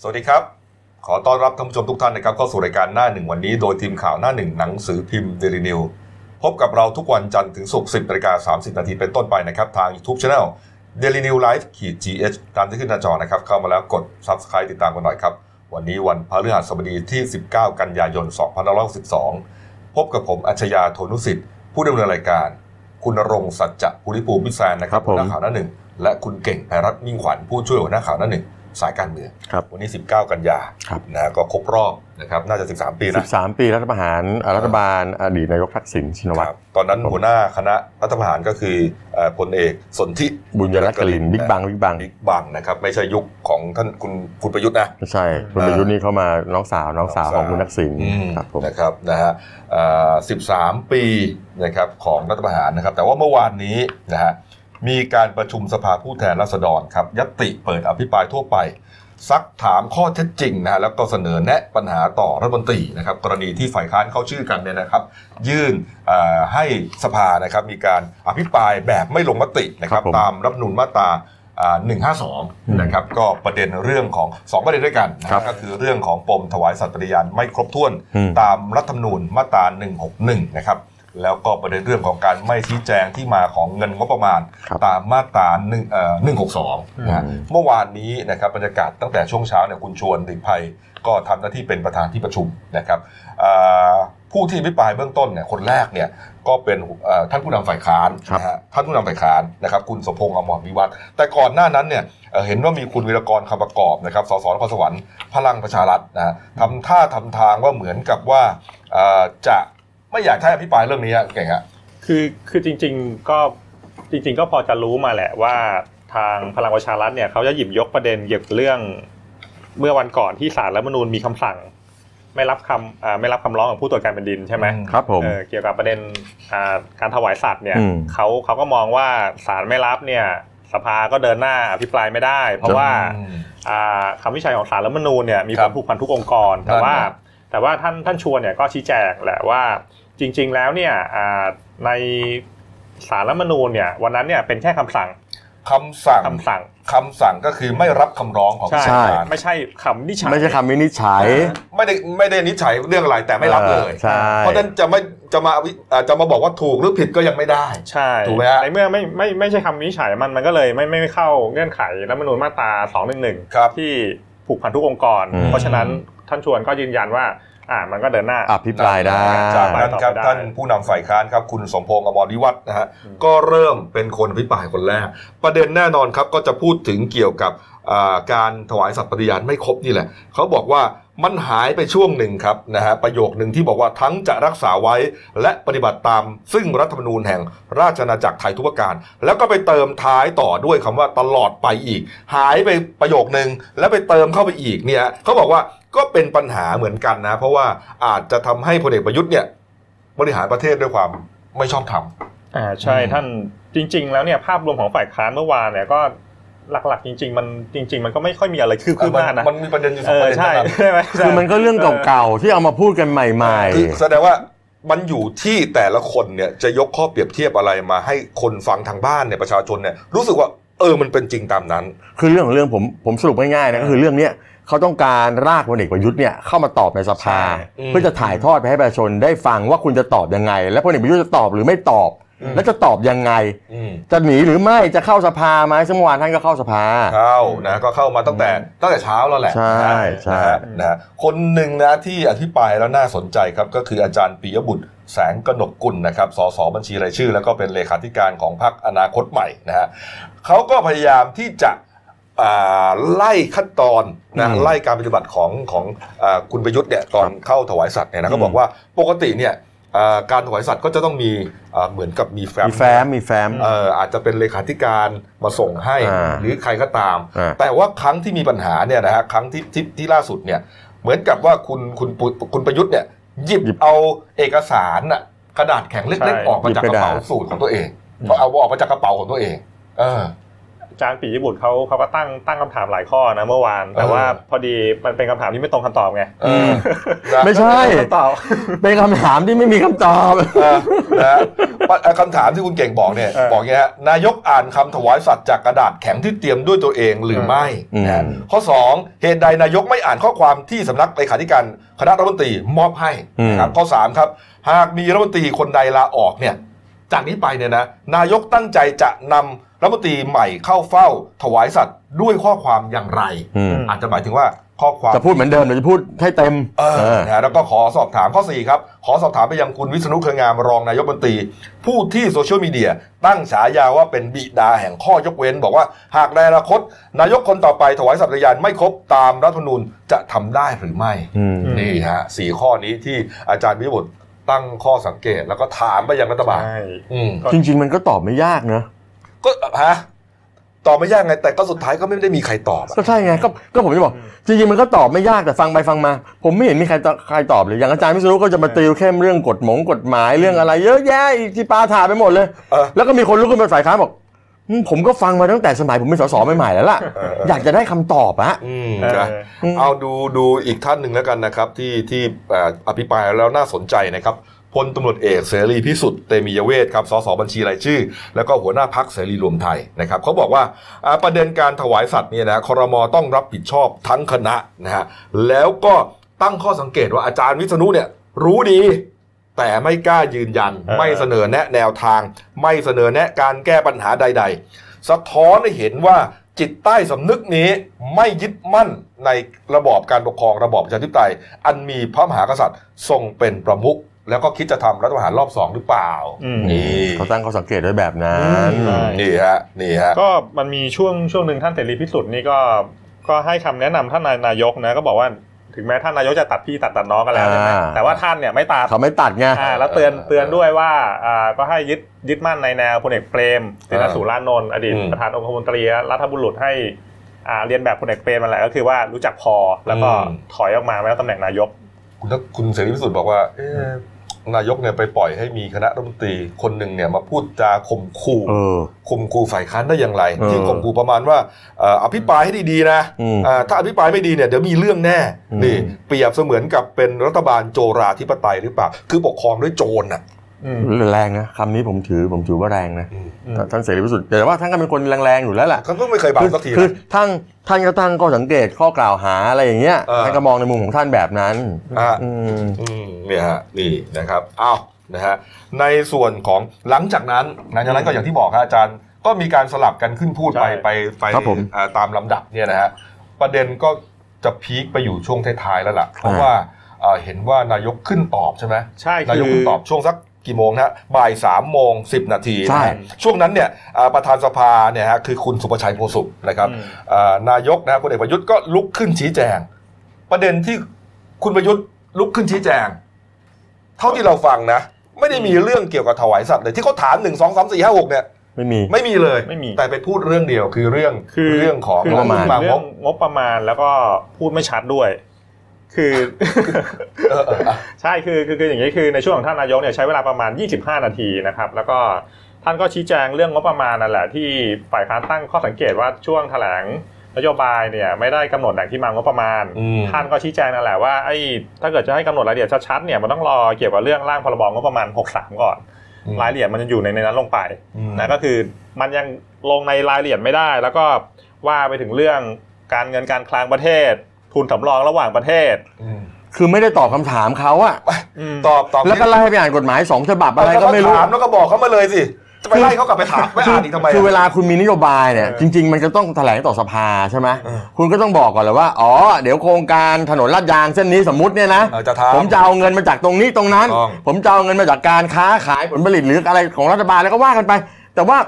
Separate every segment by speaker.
Speaker 1: สวัสดีครับ ขอต้อนรับท่านผู้ชมทุกท่านนะครับเข้าสู่รายการหน้าหนึ่งวันนี้โดยทีมข่าวหน้าหนึ่งหนังสือพิมพ์เดลินิวพบกับเราทุกวันจันทร์ถึงศุกร์10นาฬิกา30 นาทีเป็นต้นไปนะครับ ทาง YouTube Channel Daily New Life ขีด GH ตามที่ขึ้นหน้าจอนะครับ เข้ามาแล้วกด Subscribe ติดตามกันหน่อยครับ วันนี้วันพฤหัสบดีที่ 19 กันยายน2562พบกับผมอัจฉริยะโทนุสิทธิ์ผู้ดำเนินรายการ คุณณรงค์สัจจะภูริภูมิพิศานนะครับ
Speaker 2: ค
Speaker 1: หั
Speaker 2: รับผ
Speaker 1: ว
Speaker 2: ม
Speaker 1: หน้าข่าวหน้าหนึ่งและคุณเก่งไพรัตน์มิ่งขวัญผู้ช่วยหัวหน้าข่าวหน้าหนึ่งสายการเมือง
Speaker 2: ครับ
Speaker 1: วันนี้ 19 กันยา
Speaker 2: ครับ
Speaker 1: นะก็ครบรอบนะครับน่าจะ 13 ปีนะ
Speaker 2: 13 ปีรัฐประหารอ่ารัฐบาลอดีตนายกทักษิณชินวัต
Speaker 1: ค
Speaker 2: ร
Speaker 1: รับตอนนั้น
Speaker 2: ครับผม
Speaker 1: หัวหน้าคณะรัฐประหารก็คือเอ่อพลเอกสนธิ
Speaker 2: บุญยรัตน์กลินบิ๊กบังบิ๊กบัง
Speaker 1: บิ๊กบังนะครับไม่ใช่ยุคของท่านคุณคุณประยุทธ์นะ
Speaker 2: ไม่ใช่คุณประยุทธ์นี่เข้ามาน้องสาวน้องสาว
Speaker 1: น้องสาว
Speaker 2: ของคุณทักษิณ
Speaker 1: อืม
Speaker 2: ครับผม
Speaker 1: นะครับนะฮะเอ่อ13 ปีนะครับของรัฐประหารนะครับ แต่ว่าเมื่อวานนี้นะฮะมีการประชุมสภาผู้แทนราษฎรครับยติเปิดอภิปรายทั่วไป ซักถามข้อเท็จจริงนะฮะแล้วก็เสนอแนะปัญหาต่อรัฐมนตรีนะครับ กรณีที่ฝ่ายค้านเข้าชื่อกันเนี่ยนะครับ ยื่นเอ่อให้สภานะครับมีการอภิปรายแบบไม่ลงมตินะครับ
Speaker 2: ครับผม
Speaker 1: ตามรัฐธรรมนูญมาตราอ่า
Speaker 2: อืม
Speaker 1: 152 นะครับก็ประเด็นเรื่องของสองประเด็นด้วยกันนะฮะ
Speaker 2: ครับ
Speaker 1: ก็คือเรื่องของปมถวายสัตย์ปฏิญาณไม่ครบถ้วน
Speaker 2: อืม
Speaker 1: ตามรัฐธรรมนูญมาตรา 161 นะครับ แล้วก็ประเด็นเรื่องของการไม่ชี้แจงที่มาของเงินงบประมาณ
Speaker 2: ครับ
Speaker 1: ตามมาตรา1นึ่งเอ่อ162นะฮะ
Speaker 2: อืม
Speaker 1: เมื่อวานนี้นะครับบรรยากาศตั้งแต่ช่วงเช้าเนี่ยคุณชวนดิกภัยก็ทำหน้าที่เป็นประธานที่ประชุมนะครับอ่าผู้ที่อภิปรายเบื้องต้นเนี่ยคนแรกเนี่ยก็เป็นเอ่อท่านผู้นำฝ่ายค้าน
Speaker 2: ครับ
Speaker 1: นะฮะท่านผู้นำฝ่ายค้านนะครับคุณสมพงษ์อมรวิวัฒน์แต่ก่อนหน้านั้นเนี่ยเอ่อเห็นว่ามีคุณวิรกรคำประกอบนะครับสสนครสวรรค์พลังประชารัฐนะฮะทำท่าทำทางว่าเหมือนกับว่าเอ่อจะไม่อยากให้อภิปรายเรื่องนี้ฮะเก่งฮะ
Speaker 3: คือคือจริงๆก็จริง ๆ ก็พอจะรู้มาแหละว่าทางพลังประชารัฐเนี่ยเขาจะหยิบยกประเด็นเกี่ยวกับเรื่อง เมื่อวันก่อนที่ศาลรัฐธรรมนูญมีคำสั่ง ไม่รับคำอ่าไม่รับคำร้องของผู้ตรวจการแผ่นดินใช่ไหม
Speaker 1: อืม
Speaker 2: ครับผม
Speaker 3: เออเกี่ยวกับประเด็นอ่าการถวายสัตว์เนี่ย
Speaker 2: อืม
Speaker 3: เขาเขาก็มองว่าศาลไม่รับเนี่ยสภาก็เดินหน้าอภิปรายไม่ได้ เพราะว่า
Speaker 1: อืม
Speaker 3: อ่าคำวิจัยของสารรัฐธรรมนูญเนี่ยมี
Speaker 1: ค
Speaker 3: ครับ วามผูกพันทุกองค์กร
Speaker 1: นั่
Speaker 3: แต่
Speaker 1: นไง
Speaker 3: ว่าแต่ว่าท่านท่านชวนเนี่ยก็ชี้แจงแหละว่าจริง ๆ แล้วเนี่ยอ่าในสารรัฐธรรมนูญเนี่ยวันนั้นเนี่ยเป็นแค่คำสั่ง
Speaker 1: คำสั่ง
Speaker 3: คำสั่ง
Speaker 1: คำสั่งก็คือไม่รับคำร้องของศาล
Speaker 3: ไม่ใช่คำนิชัย
Speaker 2: ไม่ใช่คำวินิจฉัย
Speaker 1: ไม่ได้ไม่ได้นิจฉัยเรื่องอะไรแต่ไม่รับเลย
Speaker 2: เออใช่
Speaker 1: เพราะฉะนั้นจะไม่จะมาวิอ่าจะมาบอกว่าถูกหรือผิดก็ยังไม่ได้
Speaker 3: ใช่
Speaker 1: ถูกไหมฮะ
Speaker 3: ในเมื่อไม่ไม่ไม่ใช่คำวินิจฉัยมันมันก็เลยไม่ไม่ไม่เข้าเงื่อนไขรัฐธรรมนูญมาตรา211
Speaker 1: ครับ
Speaker 3: ที่ผูกพันทุกองค์กร
Speaker 2: อืม
Speaker 3: เพราะฉะนั้นท่านชวนก็ยืนยันว่าอ่ามันก็เดินหน้า
Speaker 2: อภิปรายได้
Speaker 1: จากนั้นครับ
Speaker 3: ได้
Speaker 1: ท่านผู้นำฝ่ายค้านครับคุณสมพงษ์อมรวิวัฒน์นะฮะ
Speaker 3: อืม
Speaker 1: ก็เริ่มเป็นคนอภิปรายคนแรก ประเด็นแน่นอนครับก็จะพูดถึงเกี่ยวกับอ่าการถวายสัตย์ปฏิญาณไม่ครบนี่แหละเขาบอกว่ามันหายไปช่วงหนึ่งครับนะฮะประโยคหนึ่งที่บอกว่าทั้งจะรักษาไว้และปฏิบัติตาม ซึ่งรัฐธรรมนูญแห่งราชอาณาจักรไทยทุกประการ แล้วก็ไปเติมท้ายต่อด้วยคำว่าตลอดไปอีก หายไปประโยคหนึ่งแล้วไปเติมเข้าไปอีกเนี่ยเขาบอกว่าก็เป็นปัญหาเหมือนกันนะ เพราะว่าอาจจะทำให้พลเอกประยุทธ์เนี่ย บริหารประเทศด้วยความไม่ชอบธรรม
Speaker 3: อ่าใช่
Speaker 1: อืม
Speaker 3: ท่านจริง ๆ แล้วเนี่ยภาพรวมของฝ่ายค้านเมื่อวานเนี่ยก็หลักๆ จริง ๆ มันจริง ๆ มันก็ไม่ค่อยมีอะไรคืบคืบหน้านะ
Speaker 1: มันมีประเด็นอยู่ส
Speaker 3: เอ
Speaker 1: องป
Speaker 3: อ
Speaker 1: ระเด็น
Speaker 3: ใช่
Speaker 1: นะครับ
Speaker 3: ใช่ไหม
Speaker 2: คือมันก็เรื่องเก่าๆที่เอามาพูดกันใหม่
Speaker 1: คือแสดงว่ามันอยู่ที่แต่ละคนเนี่ยจะยกข้อเปรียบเทียบอะไรมาให้คนฟังทางบ้านเนี่ยประชาชนเนี่ยรู้สึกว่าเออมันเป็นจริงตามนั้น
Speaker 2: ๆ คือเรื่องของเรื่องผมผมสรุปง่ายๆนะก็คือเรื่องเนี้ยเขาต้องการรากพลเอกประยุทธ์เนี่ยเข้ามาตอบในสภา
Speaker 1: อืม
Speaker 2: เพื่อจะถ่ายทอดไปให้ประชาชนได้ฟังว่าคุณจะตอบยังไง และพลเอกประยุทธ์จะตอบหรือไม่ตอบ
Speaker 1: อืม
Speaker 2: และจะตอบยังไง
Speaker 1: อืม
Speaker 2: จะหนีหรือไม่จะเข้าสภาไหมซึ่งเมื่อวานท่านก็เข้าสภา
Speaker 1: เข้านะก็เข้ามาตั้งแต่ตั้งแต่เช้าแล้วแหละ
Speaker 2: ใช่ใช่
Speaker 1: นะฮะนะฮะคนหนึ่งนะที่อธิบายแล้วน่าสนใจครับก็คืออาจารย์ปิยบุตรแสงกนกกุลนะครับสสบัญชีรายชื่อ แล้วก็เป็นเลขาธิการของพรรคอนาคตใหม่นะฮะ เขาก็พยายามที่จะอ่าไล่ขั้นตอนนะ
Speaker 2: อืม
Speaker 1: ไล่การปฏิบัติของของอาคุณประยุทธ์เนี่ยตอนเข้าถวายสัตว์เนี่ยนะ
Speaker 2: อืม
Speaker 1: ก็บอกว่าปกติเนี่ยอ่าการถวายสัตว์ก็จะต้องมีอ่าเหมือนกับมีแฟ้
Speaker 2: มีแฟ้มมีแฟ้ม
Speaker 1: เอ่ออาจจะเป็นเลขาธิการมาส่งให้
Speaker 2: อ่า
Speaker 1: หรือใครก็ตาม
Speaker 2: อ่า
Speaker 1: แต่ว่าครั้งที่มีปัญหาเนี่ยนะฮะครั้งที่ที่ที่ล่าสุดเนี่ยเหมือนกับว่าคุณคุณปุคุณประยุทธ์เนี่ยหยิบ
Speaker 2: หยิบ
Speaker 1: เอาเอกสารน่ะกระดาษแข็ง
Speaker 3: ใช่
Speaker 1: เล็กๆออกมาจาก
Speaker 2: หยิ
Speaker 1: ก
Speaker 2: บก
Speaker 1: ระ
Speaker 2: ระดาษ
Speaker 1: เป๋าสูตรของตัวเองเอาเอาออกมาจากกระเป๋าของตัวเอง เออ
Speaker 3: จารย์ปีญี่ปุ่นเขาเขาก็ตั้งตั้งคำถามหลายข้อนะเมื่อวาน แต่
Speaker 1: เออ
Speaker 3: ว่าพอดีมันเป็นคำถามที่ไม่ตรงคำตอบไง
Speaker 1: เออนะ
Speaker 2: ไม่ใช่
Speaker 3: คำตอบ
Speaker 2: เป็นคำถามที่ไม่มีคำตอบ
Speaker 1: เออนะ ปะเอ่อคำถามที่คุณเก่งบอกเนี่ย
Speaker 3: เออ
Speaker 1: บอกอย่างนี้ฮะนายกอ่านคำถวายสัตว์จากกระดาษแข็งที่เตรียมด้วยตัวเองหรือ
Speaker 3: เออ
Speaker 1: ไม่
Speaker 2: อืม
Speaker 1: นะฮะข้อ 2 เหตุใดนายกไม่อ่านข้อความที่สำนักเลขาธิการคณะรัฐมนตรีมอบให้นะครับข้อ 3 ครับ หากมีรัฐมนตรีคนใดลาออกเนี่ยจากนี้ไปเนี่ยนะนายกตั้งใจจะนำรัฐมนตรีใหม่เข้าเฝ้าถวายสัตว์ด้วยข้อความอย่างไร
Speaker 2: อืม
Speaker 1: อาจจะหมายถึงว่าข้อความ
Speaker 2: จะพูดเหมือนเดิมหรือจะพูดให้เต็ม
Speaker 1: เออ
Speaker 2: เออ
Speaker 1: นะฮะแล้วก็ขอสอบถามข้อ 4 ครับ ขอสอบถามไปยังคุณวิษณุเครืองามรองนายกบัญตรี ผู้ที่โซเชียลมีเดียตั้งฉายาว่าเป็นบิดาแห่งข้อยกเว้น บอกว่าหากในอนาคต นายกคนต่อไปถวายสัตย์ยานไม่ครบตามรัฐธรรมนูญจะทำได้หรือไม่
Speaker 2: อืม
Speaker 3: ม
Speaker 1: นี่ฮะสี่ข้อนี้ที่อาจารย์วิบุตรตั้งข้อสังเกตแล้วก็ถามไปยังรัฐบาล
Speaker 3: ใช่
Speaker 1: อืม
Speaker 2: จริง ๆ มันก็ตอบไม่ยากนะ
Speaker 1: ก็ฮะตอบไม่ยากไง แต่ก็สุดท้ายก็ไม่ได้มีใครตอบอะ
Speaker 2: ก็ใช่ไงก็ก็ผมจะบอก
Speaker 3: อืม
Speaker 2: จริงๆมันก็ตอบไม่ยากแต่ฟังไปฟังมา ผมไม่เห็นมีใครตอบใครตอบเลยอย่างอาจารย์วิศนุก็จะมาติวเข้มเรื่องกฎหมงกฎหมายเรื่องอะไร เยอะแยะอีกที่ปาถาไปหมดเลย
Speaker 1: เออ
Speaker 2: แล้วก็มีคนลุกขึ้นมาฝ่ายค้านบอกอืมผมก็ฟังมาตั้งแต่สมัยผมเป็นสสใหม่ๆแล้วล่ะ
Speaker 1: เออ
Speaker 2: อยากจะได้คำตอบอะ
Speaker 1: อืม
Speaker 3: เออ
Speaker 1: นะ เอาดูดูอีกท่านหนึ่งแล้วกันนะครับ ที่ที่เอ่ออภิปรายแล้วน่าสนใจนะครับพลตำรวจเอกเสรีพิสุทธิ์เตมียเวทครับสสบัญชีรายชื่อ แล้วก็หัวหน้าพักเสรีรวมไทยนะครับเขาบอกว่าอ่าประเด็นการถวายสัตว์เนี่ยนะครมต้องรับผิดชอบทั้งคณะนะฮะแล้วก็ตั้งข้อสังเกตว่าอาจารย์วิษณุเนี่ยรู้ดี แต่ไม่กล้ายืนยัน
Speaker 3: เออ
Speaker 1: ไม่เสนอแนะแนวทาง ไม่เสนอแนะการแก้ปัญหาใด ๆ สะท้อนให้เห็นว่าจิตใต้สำนึกนี้ไม่ยึดมั่นในระบอบการปกครองระบอบประชาธิปไตย อันมีพระมหากษัตริย์ทรงเป็นประมุขแล้วก็คิดจะทำรัฐประหารรอบสองหรือเปล่า
Speaker 3: อืม
Speaker 1: นี่
Speaker 2: เขาตั้งข้อสังเกตไว้แบบนั้น
Speaker 1: อืมนี่ฮะนี่ฮะ
Speaker 3: ก็มันมีช่วงช่วงหนึ่งท่านเสรีพิสุทธิ์นี่ก็ก็ให้คำแนะนำท่านนายกนะก็บอกว่าถึงแม้ท่านนายกจะตัดพี่ตัดตัดน้องก็แล้วเนี่ยนะ
Speaker 2: อ่า
Speaker 3: แต่ว่าท่านเนี่ยไม่ตัด
Speaker 2: เขาไม่ตัดไง
Speaker 3: อ่าแล้วเตือน
Speaker 1: เออ
Speaker 3: เตือนด้วยว่าอ่าก็ให้ยึดยึดมั่นในแนวพลเอกเปรมตินสุรานนท์อดีต
Speaker 1: อืม
Speaker 3: ประธานองคมนตรีรัฐบุรุษให้อ่าเรียนแบบพลเอกเปรมมาแหละก็คือว่ารู้จักพอแล้วก็
Speaker 1: อืม
Speaker 3: ถอยออกมาไม่รับตำแหน่งนายก
Speaker 1: คุณทักคุณเสรีพิสุทธิ์บอกว่าเอ๊ะนายกเนี่ยไปปล่อยให้มีคณะรัฐมนตรีคนหนึ่งเนี่ยมาพูดจาข่มขู่
Speaker 2: เออ
Speaker 1: ข่มขู่ฝ่ายค้านได้อย่างไร
Speaker 2: เออ
Speaker 1: ที่ข่มขู่ประมาณว่าเอ่ออภิปรายให้ดีๆนะ
Speaker 2: อืม
Speaker 1: เอ่อถ้าอภิปรายไม่ดีเนี่ยเดี๋ยวมีเรื่องแน่
Speaker 2: อืม
Speaker 1: นี่เปรียบเสมือนกับเป็นรัฐบาลโจราธิปไตยหรือเปล่า คือปกครองด้วยโจรน่ะ
Speaker 2: แรงนะคำนี้ผมถือผมถือว่าแรงนะ
Speaker 1: อืม
Speaker 2: ท่านเสรีพิสุทธิ์แต่ว่าท่านก็เป็นคนแรงๆอยู่แล้วล่ะ
Speaker 1: ก็ไม่เคยบาปสักที
Speaker 2: คือ
Speaker 1: นะ
Speaker 2: ท่านท่านก็ตั้งข้อสังเกตข้อกล่าวหาอะไรอย่างเงี้ย
Speaker 1: เออ
Speaker 2: ท่านก็มองในมุมของท่านแบบนั้น
Speaker 1: อ่ะ
Speaker 2: อืม
Speaker 1: อืมเนี่ยฮะนี่นะครับอ้าวนะฮะในส่วนของหลังจากนั้นหลังจากนั้นก็อย่างที่บอกครับอาจารย์ ก็มีการสลับกันขึ้นพูดไป
Speaker 3: ใช่
Speaker 1: ไปไป
Speaker 2: ครับผม
Speaker 1: อ่าตามลำดับเนี่ยนะฮะประเด็นก็จะพีคไปอยู่ช่วงท้ายๆแล้วล่ะ เพราะ
Speaker 2: อ่า
Speaker 1: ว่าเอ่อเห็นว่านายกขึ้นตอบใช่ไหม
Speaker 3: ใช่
Speaker 1: นาย
Speaker 3: คื
Speaker 1: ก
Speaker 3: อ
Speaker 1: คุณตอบช่วงสักกี่โมงนะฮะบ่ายสามโมงสิบนาที
Speaker 2: ใช่
Speaker 1: นะฮะช่วงนั้นเนี่ยอ่าประธานสภาเนี่ยฮะคือคุณสุประชัยโพสุขนะครับ
Speaker 3: อืม
Speaker 1: อ่านายกนะฮะพลเอกประยุทธ์ก็ลุกขึ้นชี้แจง ประเด็นที่คุณประยุทธ์ลุกขึ้นชี้แจง เท่าที่เราฟังนะ ไม่ได้มีเรื่องเกี่ยวกับถวายสัตว์เลยที่เขาถามหนึ่งสองสามสี่ห้าหกเนี่ย
Speaker 2: ไม่มี
Speaker 1: ไม่มีเลย
Speaker 3: ไม่มี
Speaker 1: แต่ไปพูดเรื่องเดียวคือเรื่อง
Speaker 3: คือ
Speaker 1: เรื่องของ
Speaker 3: คื
Speaker 2: งบประมาณ
Speaker 1: เรื่
Speaker 3: เรื่
Speaker 1: อ
Speaker 3: อง
Speaker 1: ง
Speaker 3: งบประมาณแล้วก็พูดไม่ชัดด้วย คือ
Speaker 1: เออเอออ่ะ
Speaker 3: ใช่คือคือคืออย่างนี้คือในช่วงของท่านนายกเนี่ยใช้เวลาประมาณ 25 นาทีนะครับ แล้วก็ท่านก็ชี้แจงเรื่องงบประมาณนั่นแหละที่ฝ่ายค้านตั้งข้อสังเกตว่าช่วงแถลงนโยบายเนี่ยไม่ได้กำหนดแหล่งที่มางบประมาณ
Speaker 1: อืม
Speaker 3: ท่านก็ชี้แจงนั่นแหละว่าไอ้ถ้าเกิดจะให้กำหนดรายละเอียดชัดๆเนี่ยมันต้องรอเกี่ยวกับเรื่องร่างพรบงบประมาณ 63 ก่อน รายละเอียดมันจะอยู่ในในนั้นลงไป
Speaker 1: อืม
Speaker 3: นะก็คือมันยังลงในรายละเอียดไม่ได้ แล้วก็ว่าไปถึงเรื่องการเงินการคลังประเทศ ทุนสำรองระหว่างประเทศ
Speaker 1: อืม
Speaker 2: คือไม่ได้ตอบคำถามเขาอะ
Speaker 1: ตอบตอบ
Speaker 2: แล้วก็ไล่ไปอ่านกฎหมายสองฉบับอะไรก็ไม่รู้
Speaker 1: ถามแล้วก็บอกเขามาเลยสิ จะไปไล่เขากลับไปถามไม่อ่านอีกทำไมะ
Speaker 2: คือเวลาคุณมีนโยบายเนี่ย
Speaker 1: เออ
Speaker 2: จริง ๆ มันจะต้องแถลงต่อสภาใช่ไหม
Speaker 1: เออ
Speaker 2: คุณก็ต้องบอกก่อนเลยว่า อ๋อ เดี๋ยวโครงการถนนลาดยางเส้นนี้สมมติเนี่ยนะ
Speaker 1: เออจะถาม
Speaker 2: ผมจะเอาเงินมาจากตรงนี้ตรงนั้น
Speaker 1: ถูกต้อง
Speaker 2: ผมจะเอาเงินมาจากการค้าขายผลผลิตหรืออะไรของรัฐบาลแล้วก็ว่ากันไป แต่ว่า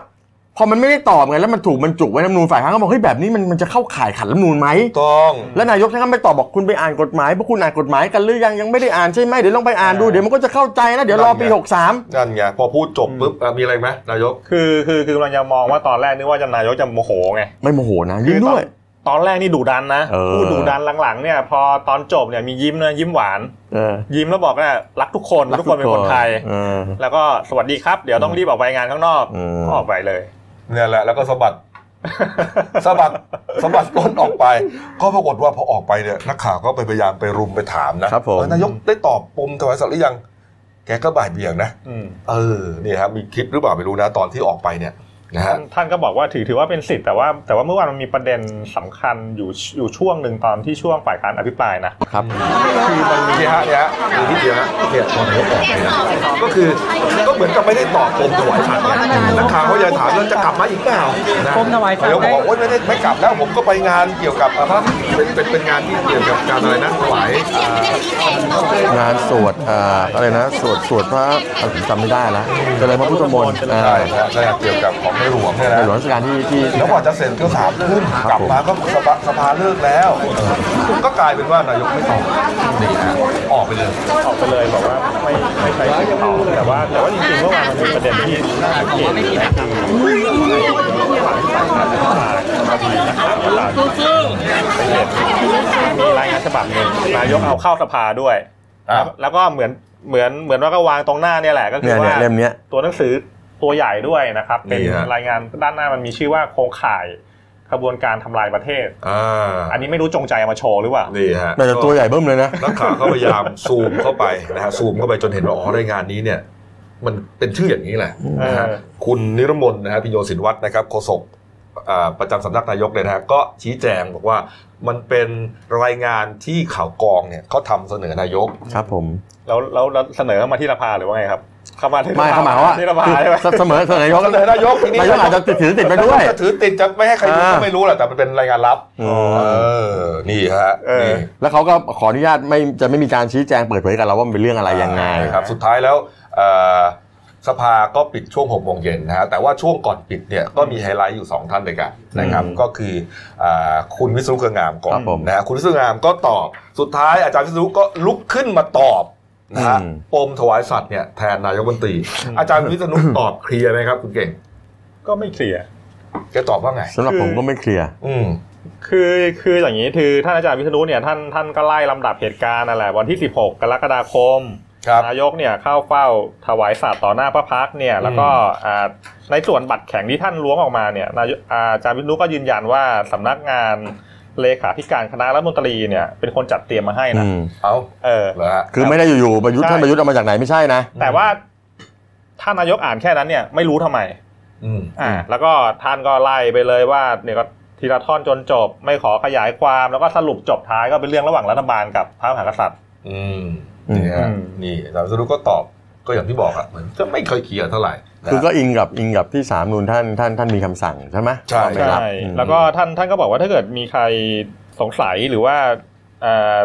Speaker 2: พอมันไม่ได้ตอบไงแล้วมันถูกบรรจุไว้ในรัฐธรรมนูญฝ่ายค้านก็บอกเฮ้ยแบบนี้มันมันจะเข้าข่ายขัดรัฐธรรมนูญไหม
Speaker 1: ต้อง
Speaker 2: แล้วนายกท่านก็ไม่ตอบบอกคุณไปอ่านกฎหมายพวกคุณอ่านกฎหมายกันหรือยังยังไม่ได้อ่านใช่ไหมเดี๋ยวลองไปอ่านดูเดี๋ยวมันก็จะเข้าใจนะเดี๋ยวรอปี
Speaker 1: นั่นไง
Speaker 2: หกสาม
Speaker 1: นั่นไงพอพูดจบปุ๊บอ่ะมีอะไรอีกไหมนายก
Speaker 3: คือคือคือเราจะมองว่าตอนแรกนึกว่าจะนายกจะโมโหไง
Speaker 2: ไม่โมโหนะยิ้มด้วย
Speaker 3: คือตอนตอนแรกนี่ดุดันนะ
Speaker 2: เออ
Speaker 3: พูดดุดันหลังๆเนี่ยพอตอนจบเนี่ยมียิ้มเนะยิ้มหวาน
Speaker 2: เออ
Speaker 3: ยิ้มแล้วบอกว่ารักทุกคนทุกคนเป็นคนไทย
Speaker 2: เออ
Speaker 3: แล้วก็สวัสดีครับ เดี๋ยวต้องรีบออกไปงานข้างนอก
Speaker 2: อืม
Speaker 3: ก็ออกไปเลย
Speaker 1: เนี่ยแหละแล้วก็สะบัด สะบัดสะบัดก้นออกไป ก็ปรากฏว่าพอออกไปเนี่ยนักข่าวก็ไปพยายามไปรุมไปถามนะครับ
Speaker 2: ผม
Speaker 1: เออนายกได้ตอบปมถวายสัตว์หรือยัง แกก็บ่ายเบี่ยงนะ
Speaker 3: อืม
Speaker 1: เออนี่ครับมีคลิปหรือเปล่าไม่รู้นะตอนที่ออกไปเนี่ยนะฮะ
Speaker 3: ท่านก็บอกว่าถือถือว่าเป็นสิทธิ์แต่ว่าแต่ว่าเมื่อวานมันมีประเด็นสำคัญอยู่อยู่ช่วงหนึ่งตอนที่ช่วงฝ่ายค้านอภิปรายนะ
Speaker 2: ครับ
Speaker 1: คือมันมีเนี่ยฮะเนี่ยฮะมีที่เดียวฮะเนี่ยตอนนี้ออกไปนะก็คือก็เหมือนกับไม่ได้ตอบปมถวายสัตว์นะนักข่าวก็ยังถามแล้วจะกลับมาอีกเปล่านะ
Speaker 4: ปมถวายสัตว์
Speaker 1: นกบอกว่าโอ๊ยไม่ได้ไม่กลับแล้วผมก็ไปงานเกี่ยวกับอะไรนะเป็นเป็นเป็นงานที่เกี่ยวกับการอะไรนะถวายอ่าง
Speaker 2: านสวดเอ่ออะไรนะ สวดสวดพระอ่ะผมจำไม่ได้ละเจะเลยพระพุทธมนต์อ่า
Speaker 1: ใช่ใช่ใช่เกี่ยวกับของในหลวงเนี่ย
Speaker 2: ใน
Speaker 1: นะ
Speaker 2: หลวงรัชกาลที่ที่
Speaker 1: แล้วกว่าจะเสร็จก็สามทุ่มกลับมาก็สภาสภาเลิกแล้วเออก็กลายเป็นว่านายกไม่ตอบนี่ฮะออกไปเลย
Speaker 3: ออกไปเลยบอกว่าไม่ไม่ใช้สิทธิ์ต่อแต่ว่าแต่ว่าจริงๆเมื่อวานมันมีประเด็นที่น่าสังเกตนะมีรายงานฉบับหนึ่งนายกเอาเข้าสภาด้วย
Speaker 1: อ่ะ
Speaker 3: แล้วแล้วก็เหมือนเหมือนเหมือนว่าก็วางตรงหน้าเนี่ยแหละก็คื
Speaker 2: เนี่
Speaker 3: อย
Speaker 2: เนี่
Speaker 3: ว่าย
Speaker 2: เล่มเนี้ย
Speaker 3: ตัวหนังสือตัวใหญ่ด้วยนะครับ เป็น
Speaker 1: นี่ฮะ
Speaker 3: รายงานด้านหน้ามันมีชื่อว่าโครงข่ายขบวนการทำลายประเทศ
Speaker 1: อ่า
Speaker 3: อันนี้ไม่รู้จงใจเอามาโชว์หรือเปล่า
Speaker 1: นี่ฮะ
Speaker 2: แต่ตัวใหญ่เบิ่มเลยนะ
Speaker 1: นักข่าวก็พยายามซูมเข้าไปนะฮะซูมเข้าไปจนเห็นว่าอ๋อรายงานนี้เนี่ย มันเป็นชื่ออย่างนี้แหละนะฮะ
Speaker 3: เออ
Speaker 1: คุณนิรมนต์นะฮะพิญโยศินวัฒน์นะครับโฆษกอ่าประจำสำนักนายกเลยนะฮะก็ชี้แจงบอกว่ามันเป็นรายงานที่ข่าวกองเนี่ยเขาทำเสนอนายก
Speaker 2: ครับผม
Speaker 3: แล้วแล้วแล้วเสนอมาที่สภาหรือว่าไงครับ เข้ามาที่
Speaker 2: ไม่
Speaker 3: ส
Speaker 2: เขาหมายความว่า
Speaker 3: ที่สภาใช่ไหม
Speaker 2: เสมอเสนอนายก
Speaker 1: เสนอนายกทีนี้
Speaker 2: นายกอาจจะติดถือติดไปด้วย
Speaker 1: จะถือติดจะไม่ให้ใครรู้
Speaker 2: อ่า
Speaker 1: ก็ไม่รู้แหละแต่มันเป็นรายงานลับ
Speaker 2: อื
Speaker 1: เอ
Speaker 2: ม
Speaker 1: อนี่ฮะ
Speaker 3: เออ
Speaker 1: นี่
Speaker 2: แล้วเขาก็ขออนุญาตไม่จะไม่มีการชี้แจงเปิดเผยกับเราว่ามันเป็นเรื่องอะไรยังไง
Speaker 1: ครับสุดท้ายแล้วเอ่อสภาก็ปิดช่วงหกโมงเย็นนะฮะแต่ว่าช่วงก่อนปิดเนี่ยก็มีไฮไลท์อยู่สองท่านด้วยกันนะครับ
Speaker 2: อืม
Speaker 1: ก็คืออาคุณวิศนุเครืองามก่อ
Speaker 2: คน รับผม
Speaker 1: นะฮะคุณวิศนุเครืองามก็ตอบสุดท้ายอาจารย์วิศนุก็ลุกขึ้นมาตอบนะฮะ
Speaker 2: อืม
Speaker 1: ปมถวายสัตว์เนี่ยแทนนายกบัญตรีอาจารย์วิศนุตอบเคลียร์ไหมครับ คุณเก่ง
Speaker 3: ก็ไม่เคลียร์
Speaker 1: แกตอบว่าไง
Speaker 2: สำหรับผมก็ไม่เคลียร์
Speaker 1: อืม
Speaker 3: คือคืออย่างนี้คือท่านอาจารย์วิษณุเนี่ยท่านท่านก็ไล่ลำดับเหตุการณ์นั่นแหละวันที่ 16 กรกฎาคม
Speaker 1: ครับ
Speaker 3: นายกเนี่ยเข้าเฝ้าถวายสัตว์ต่อหน้าพระพักตร์เนี่ยแล้วก็อ่าในส่วนบัตรแข็งที่ท่านล้วงออกมาเนี่ยนายกอ่าอาจารย์วิษณุก็ยืนยันว่าสำนักงานเลขาธิการคณะรัฐมนตรีเนี่ยเป็นคนจัดเตรียมมาให้นะ
Speaker 2: อืม
Speaker 1: เอา
Speaker 3: เออ
Speaker 1: เหรอฮะ
Speaker 2: คือไม่ได้อยู่ๆประยุทธ์
Speaker 3: ใช่
Speaker 2: ท่านประยุทธ์เอามาจากไหนไม่ใช่นะ
Speaker 3: แต่ว่าท่านนายกอ่านแค่นั้นเนี่ยไม่รู้ทำไม
Speaker 1: อืม
Speaker 3: อ่าแล้วก็ท่านก็ไล่ไปเลยว่าเนี่ยก็ทีละท่อนจนจบ ไม่ขอขยายความแล้วก็สรุปจบท้ายก็เป็นเรื่องระหว่างรัฐบาลกับพระมหากษัตริย์
Speaker 1: อืม
Speaker 2: อืม
Speaker 1: นี่ฮะ
Speaker 3: อืม
Speaker 1: นี่อาจารย์วิศนุก็ตอบก็อย่างที่บอกอะเหมือนจะไม่เคยเคลียร์เท่าไหร่นะ
Speaker 2: คือก็อิงกับอิงกับที่สามนูนท่านท่านท่านมีคำสั่งใช่ไหม
Speaker 1: ใช่
Speaker 2: ว่าไม่รับ
Speaker 3: ใช่
Speaker 2: อืม
Speaker 3: แล้วก็ท่านท่านก็บอกว่าถ้าเกิดมีใครสงสัยหรือว่าอ่า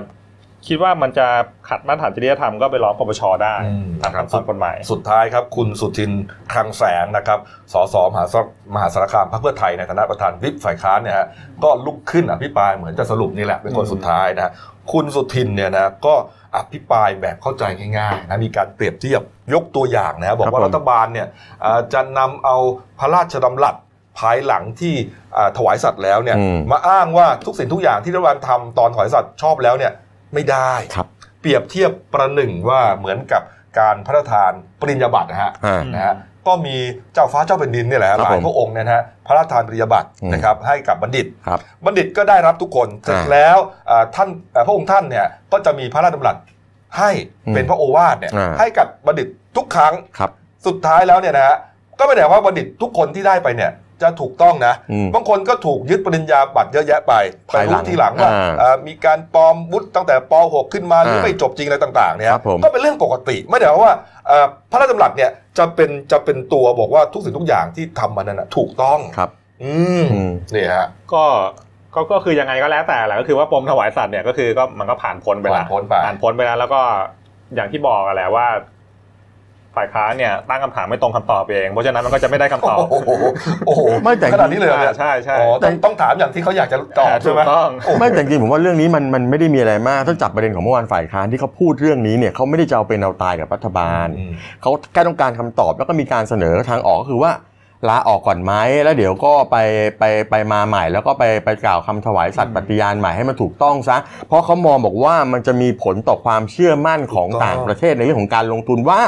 Speaker 3: คิดว่ามันจะขัดมาตรฐานจริยธรรมก็ไปร้องปปชได้
Speaker 1: อืม
Speaker 3: ตาม
Speaker 1: ครับ
Speaker 3: ขั้นตอนกฎหมาย
Speaker 1: สุดท้ายครับ คุณสุทินคลังแสงนะครับสสมหาสรมหาสารคามพรรคเพื่อไทยในฐานะประธานวิปฝ่ายค้านเนี่ยฮะก็ลุกขึ้นอภิปรายเหมือนจะสรุปนี่แหละเป็นคน
Speaker 3: อืม
Speaker 1: สุดท้ายนะฮะคุณสุทินเนี่ยนะก็อภิปรายแบบเข้าใจง่ายๆนะมีการเปรียบเทียบยกตัวอย่างนะฮะบอกว่า
Speaker 2: ครับผม
Speaker 1: รัฐบาลเนี่ยเอ่อจะนำเอาพระราชดำรัสภายหลังที่เอ่อถวายสัตว์แล้วเนี่ย
Speaker 2: อืม
Speaker 1: มาอ้างว่าทุกสิ่งทุกอย่างที่รัฐบาลทำตอนถวายสัตว์ชอบแล้วเนี่ยไม่ได้
Speaker 2: ครับ
Speaker 1: เปรียบเทียบประหนึ่งว่าเหมือนกับการพระราชทานปริญญาบัตรนะฮะ
Speaker 2: อ่า
Speaker 1: นะฮะก็มีเจ้าฟ้าเจ้าแผ่นดินเนี่ยแหละฮะ
Speaker 2: ครั
Speaker 1: ห
Speaker 2: บ
Speaker 1: ลาย
Speaker 2: ผม
Speaker 1: พระองค์เนี่ยนะฮะพระราชทานปริญญาบัตร
Speaker 2: อืม
Speaker 1: นะครับให้กับบัณฑิต
Speaker 2: ครับ
Speaker 1: บัณฑิตก็ได้รับทุกคนเสร็จ
Speaker 2: อ่า
Speaker 1: แล้วอ่าท่านอ่าพระองค์ท่านเนี่ยก็จะมีพระราชดำรัสให้
Speaker 2: อืม
Speaker 1: เป็นพระโอวาทเนี่ย
Speaker 2: อ่า
Speaker 1: ให้กับบัณฑิตทุกครั้ง
Speaker 2: ครับ
Speaker 1: สุดท้ายแล้วเนี่ยนะฮะก็ไม่ได้ว่าบัณฑิตทุกคนที่ได้ไปเนี่ยจะถูกต้องนะ
Speaker 2: อืม
Speaker 1: บางคนก็ถูกยึดปริญญาบัตรเยอะแยะไปไป
Speaker 2: ภายหลั
Speaker 1: รู้
Speaker 2: ง
Speaker 1: ทีหลังว่า
Speaker 2: อ่า
Speaker 1: เอ่อมีการปลอมวุฒิตั้งแต่ป .6 ขึ้นมาหรืออา ไม่จบจริงอะไรต่างๆเนี่ย
Speaker 2: ครับผม
Speaker 1: ก็เป็นเรื่องปกติ ไม่ได้หมายความว่าเอ่อพระราชดำรัสเนี่ยจะเป็นจะเป็นตัวบอกว่าทุกสิ่งทุกอย่างที่ทำมานั้นนะถูกต้อง
Speaker 2: ครับ
Speaker 1: อืม
Speaker 2: อืม
Speaker 1: นี่ฮะ
Speaker 3: ก็ก็ก็คือยังไงก็แล้วแต่แหละก็คือว่าปมถวายสัตว์เนี่ยก็คือก็มันก็ผ่านพ้นไป
Speaker 1: ผ่า
Speaker 3: แล้
Speaker 1: น
Speaker 3: ว
Speaker 1: พ้นไป
Speaker 3: ผ่านพ้นไปแล้วแล้วก็อย่างที่บอกอะแหละว่า ฝ่ายค้านเนี่ยตั้งคำถามไม่ตรงคำตอบเอง เพราะฉะนั้นมันก็จะไม่ได้คำตอบ
Speaker 1: โอ้โหโอ้โห
Speaker 2: ไม่แต่
Speaker 1: ขนาดนี้เลยเหรอ
Speaker 3: อ่า
Speaker 1: เนี่ย
Speaker 3: ใช่ใช่
Speaker 1: อ๋อต้องต้องถามอย่างที่เขาอยากจะตอบใช่ไหม
Speaker 3: ถูกต้อง
Speaker 2: ไม่แต่จริงผมว่าเรื่องนี้มันมันไม่ได้มีอะไรมากถ้าจับประเด็นของเมื่อวานฝ่ายค้านที่เขาพูดเรื่องนี้เนี่ยเขาไม่ได้จะเอาเป็นเอาตายกับรัฐบาล
Speaker 1: อืม
Speaker 2: เขาแค่ต้องการคำตอบแล้วก็มีการเสนอทางออกก็คือว่าลาออกก่อนไหมแล้วเดี๋ยวก็ไปไปไปมาใหม่ แล้วก็ไปไปกล่าวคำถวายสัตย์ปฏิญาณใหม่ให้มันถูกต้องซะเพราะเขามองบอกว่ามันจะมีผลต่อความเชื่อมั่นของ
Speaker 1: ถูกต้อง
Speaker 2: ต่างประเทศในเรื่องของการลงทุนว่า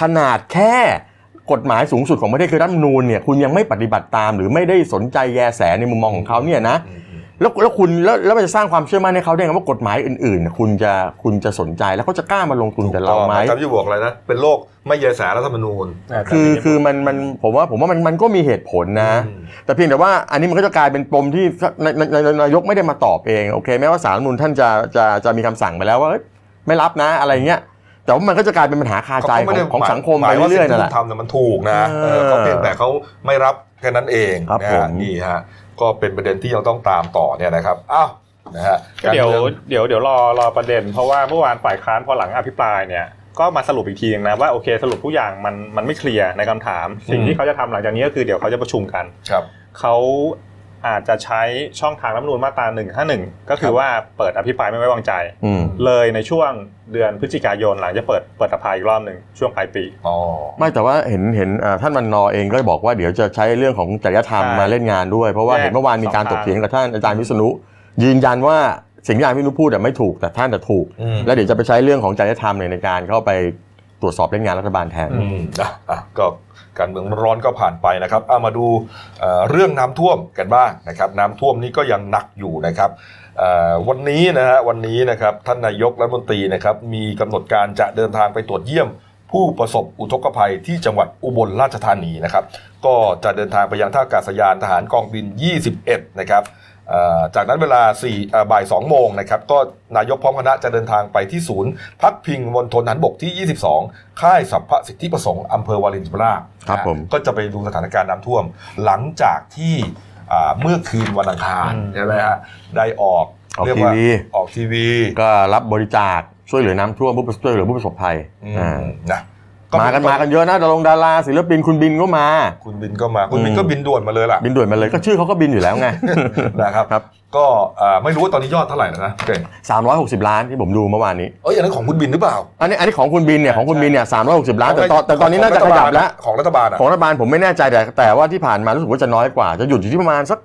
Speaker 2: ขนาดแค่ กฎหมายสูงสุดของประเทศคือรัฐธรรมนูญเนี่ยคุณยังไม่ปฏิบัติตาม หรือไม่ได้สนใจแยแสในมุมมองของเขาเนี่ยนะ
Speaker 1: อืมอืม
Speaker 2: แล้วแล้วคุณแล้วแล้วมันจะสร้างความเชื่อมั่นให้เขาได้ไงว่ากฎหมายอื่นๆเนี่ยคุณจะคุณจะสนใจแล้วเขาจะกล้ามาลงทุนกับเราไหม
Speaker 1: จำยี่บอกอะไรนะ เป็นโรคไม่เยสารัฐธรรมนูญ
Speaker 3: า
Speaker 2: คือคือมันมันผมว่าผมว่ามันมันก็มีเหตุผลนะ
Speaker 1: อืม
Speaker 2: แต่เพียงแต่ว่าอันนี้มันก็จะกลายเป็นปมที่นายนายนายกไม่ได้มาตอบเองโอเคแม้ว่าสารรัฐธรรมนุนท่านจะจะจะมีคำสั่งไปแล้วว่าเอ้ยไม่รับนะอะไรเงี้ยแต่ว่ามันก็จะกลายเป็นปัญหาคาใจ
Speaker 1: เขาก็
Speaker 2: ขอ
Speaker 1: ไม่ได้
Speaker 2: งของสังคม
Speaker 1: ห
Speaker 2: ไป
Speaker 1: มายว่า
Speaker 2: เรื่อยๆ
Speaker 1: สิ่
Speaker 2: นั่น
Speaker 1: ง
Speaker 2: แห
Speaker 1: ที่
Speaker 2: ละ
Speaker 1: คุณทำน่ะมันถูกนะ
Speaker 2: เออ
Speaker 1: เออเขาเพียงแต่เขาไม่รับแค่นั้นเอง
Speaker 2: ครับ
Speaker 1: นะ
Speaker 2: ผ
Speaker 1: ฮะ
Speaker 2: ม
Speaker 1: นี่ฮะก็เป็นประเด็นที่ยังต้องตามต่อเนี่ยนะครับอ้าวนะฮะ
Speaker 3: ก็เดี๋ยว
Speaker 1: การมือง
Speaker 3: เดี๋ยวเดี๋ยวรอรอประเด็น เพราะว่าเมื่อวานฝ่ายค้านพอหลังอภิปรายเนี่ยก็มาสรุปอีกทีนึงนะว่าโอเคสรุปทุกอย่างมันมันไม่เคลียร์ในคำถาม สิ่งที่เขาจะทำหลังจากนี้ก็คือเดี๋ยวเขาจะประชุมกัน
Speaker 1: ครับ
Speaker 3: เขาอาจจะใช้ช่องทางรัฐธรรมนูญมาตรา151 ก็
Speaker 1: ค
Speaker 3: คื
Speaker 1: รั
Speaker 3: อบ ว่าเปิดอภิปรายไม่ไว้วางใจ
Speaker 2: อืม
Speaker 3: เลยในช่วงเดือนพฤศจิกายนหลังจะเปิดเปิดอภายอีกรอบหนึ่งช่วงปลายปี
Speaker 1: อ๋อ
Speaker 2: ไม่แต่ว่าเห็นเห็นเอ่อท่านวันนอเองก็บอกว่าเดี๋ยวจะใช้เรื่องของจริยธรรม
Speaker 3: ใช่
Speaker 2: มาเล่นงานด้วย เพราะว่า
Speaker 3: แยก
Speaker 2: เห็นเมื่อวานมีการ
Speaker 3: สอง
Speaker 2: ตก
Speaker 3: ทาง
Speaker 2: เถียงกับท่านอาจารย์วิษณุยืนยันว่าสิ่งที่อาจารย์วิษณุพูดอะไม่ถูกแต่ท่านจะถูก
Speaker 1: อืม
Speaker 2: แล้วเดี๋ยวจะไปใช้เรื่องของจริยธรรมเนี่ยในการเข้าไปตรวจสอบเล่นงานรัฐบาลแทน
Speaker 1: อืมนะอ่ะก็การเมืองร้อนก็ผ่านไปนะครับเอามาดูเอ่อเรื่องน้ำท่วมกันบ้างนะครับ น้ำท่วมนี่ก็ยังหนักอยู่นะครับเอ่อวันนี้นะฮะวันนี้นะครับท่านนายกรัฐมนตรีนะครับมีกำหนดการจะเดินทางไปตรวจเยี่ยม ผู้ประสบอุทกภัยที่จังหวัดอุบลราชธานีนะครับ ก็จะเดินทางไปยังท่าอากาศยานทหารกองบิน 21 นะครับเอ่อจากนั้นเวลา4เอ่อบ่าย 2 โมงนะครับ ก็นายกพร้อมคณะจะเดินทางไปที่ศูนย์พักพิงมณฑลทหารบกที่ 22 ค่ายสัพพสิทธิประสงค์อำเภอวารินชำราบ
Speaker 2: ครับผม
Speaker 1: ก็จะไปดูสถานการณ์น้ำท่วม หลังจากที่อ่าเมื่อคืนวันอังคาร
Speaker 3: อืม
Speaker 1: ใช่ไหมฮะได้ออก
Speaker 2: ออก
Speaker 1: เรีย
Speaker 2: ที
Speaker 1: ว่า
Speaker 2: วี
Speaker 1: ออกทีวี
Speaker 2: ก็รับบริจาคช่วยเหลือน้ำท่วมผู้ประสบช่วยเหลือผู้ประสบภัย
Speaker 1: อืม
Speaker 2: อ่า
Speaker 1: นะ
Speaker 2: มากันมากันเยอะนะดารงดาราศิลปินคุณบินก็มา
Speaker 1: คุณบินก็มาคุณบิน
Speaker 2: อืม
Speaker 1: ก็บินด่วนมาเลยล่ะ
Speaker 2: บินด่วนมาเลยก็ชื่อเขาก็บินอยู่แล้วไง
Speaker 1: นะครับ
Speaker 2: ครับ
Speaker 1: ก็เอ่อไม่รู้ว่าตอนนี้ยอดเท่าไหร่แล้วนะเก่ง
Speaker 2: 360 ล้านที่ผมดูเมื่อวานนี้
Speaker 1: เอ้ยอันนั้นของคุณบินหรือเปล่า
Speaker 2: อันนี้อันนี้ของคุณบินเนี่ยของคุณบินเนี่ย360 ล้านแต่ตอนแต่ตอนนี้
Speaker 1: ขง
Speaker 2: น่าจะขยับแล้ว
Speaker 1: ของรัฐบาลอะ
Speaker 2: ของรัฐบาลผมไม่แน่ใจแต่แต่ว่าที่ผ่านมารู้สึกว่าจะน้อยกว่า จะหยุดอยู่ที่ประมาณสัก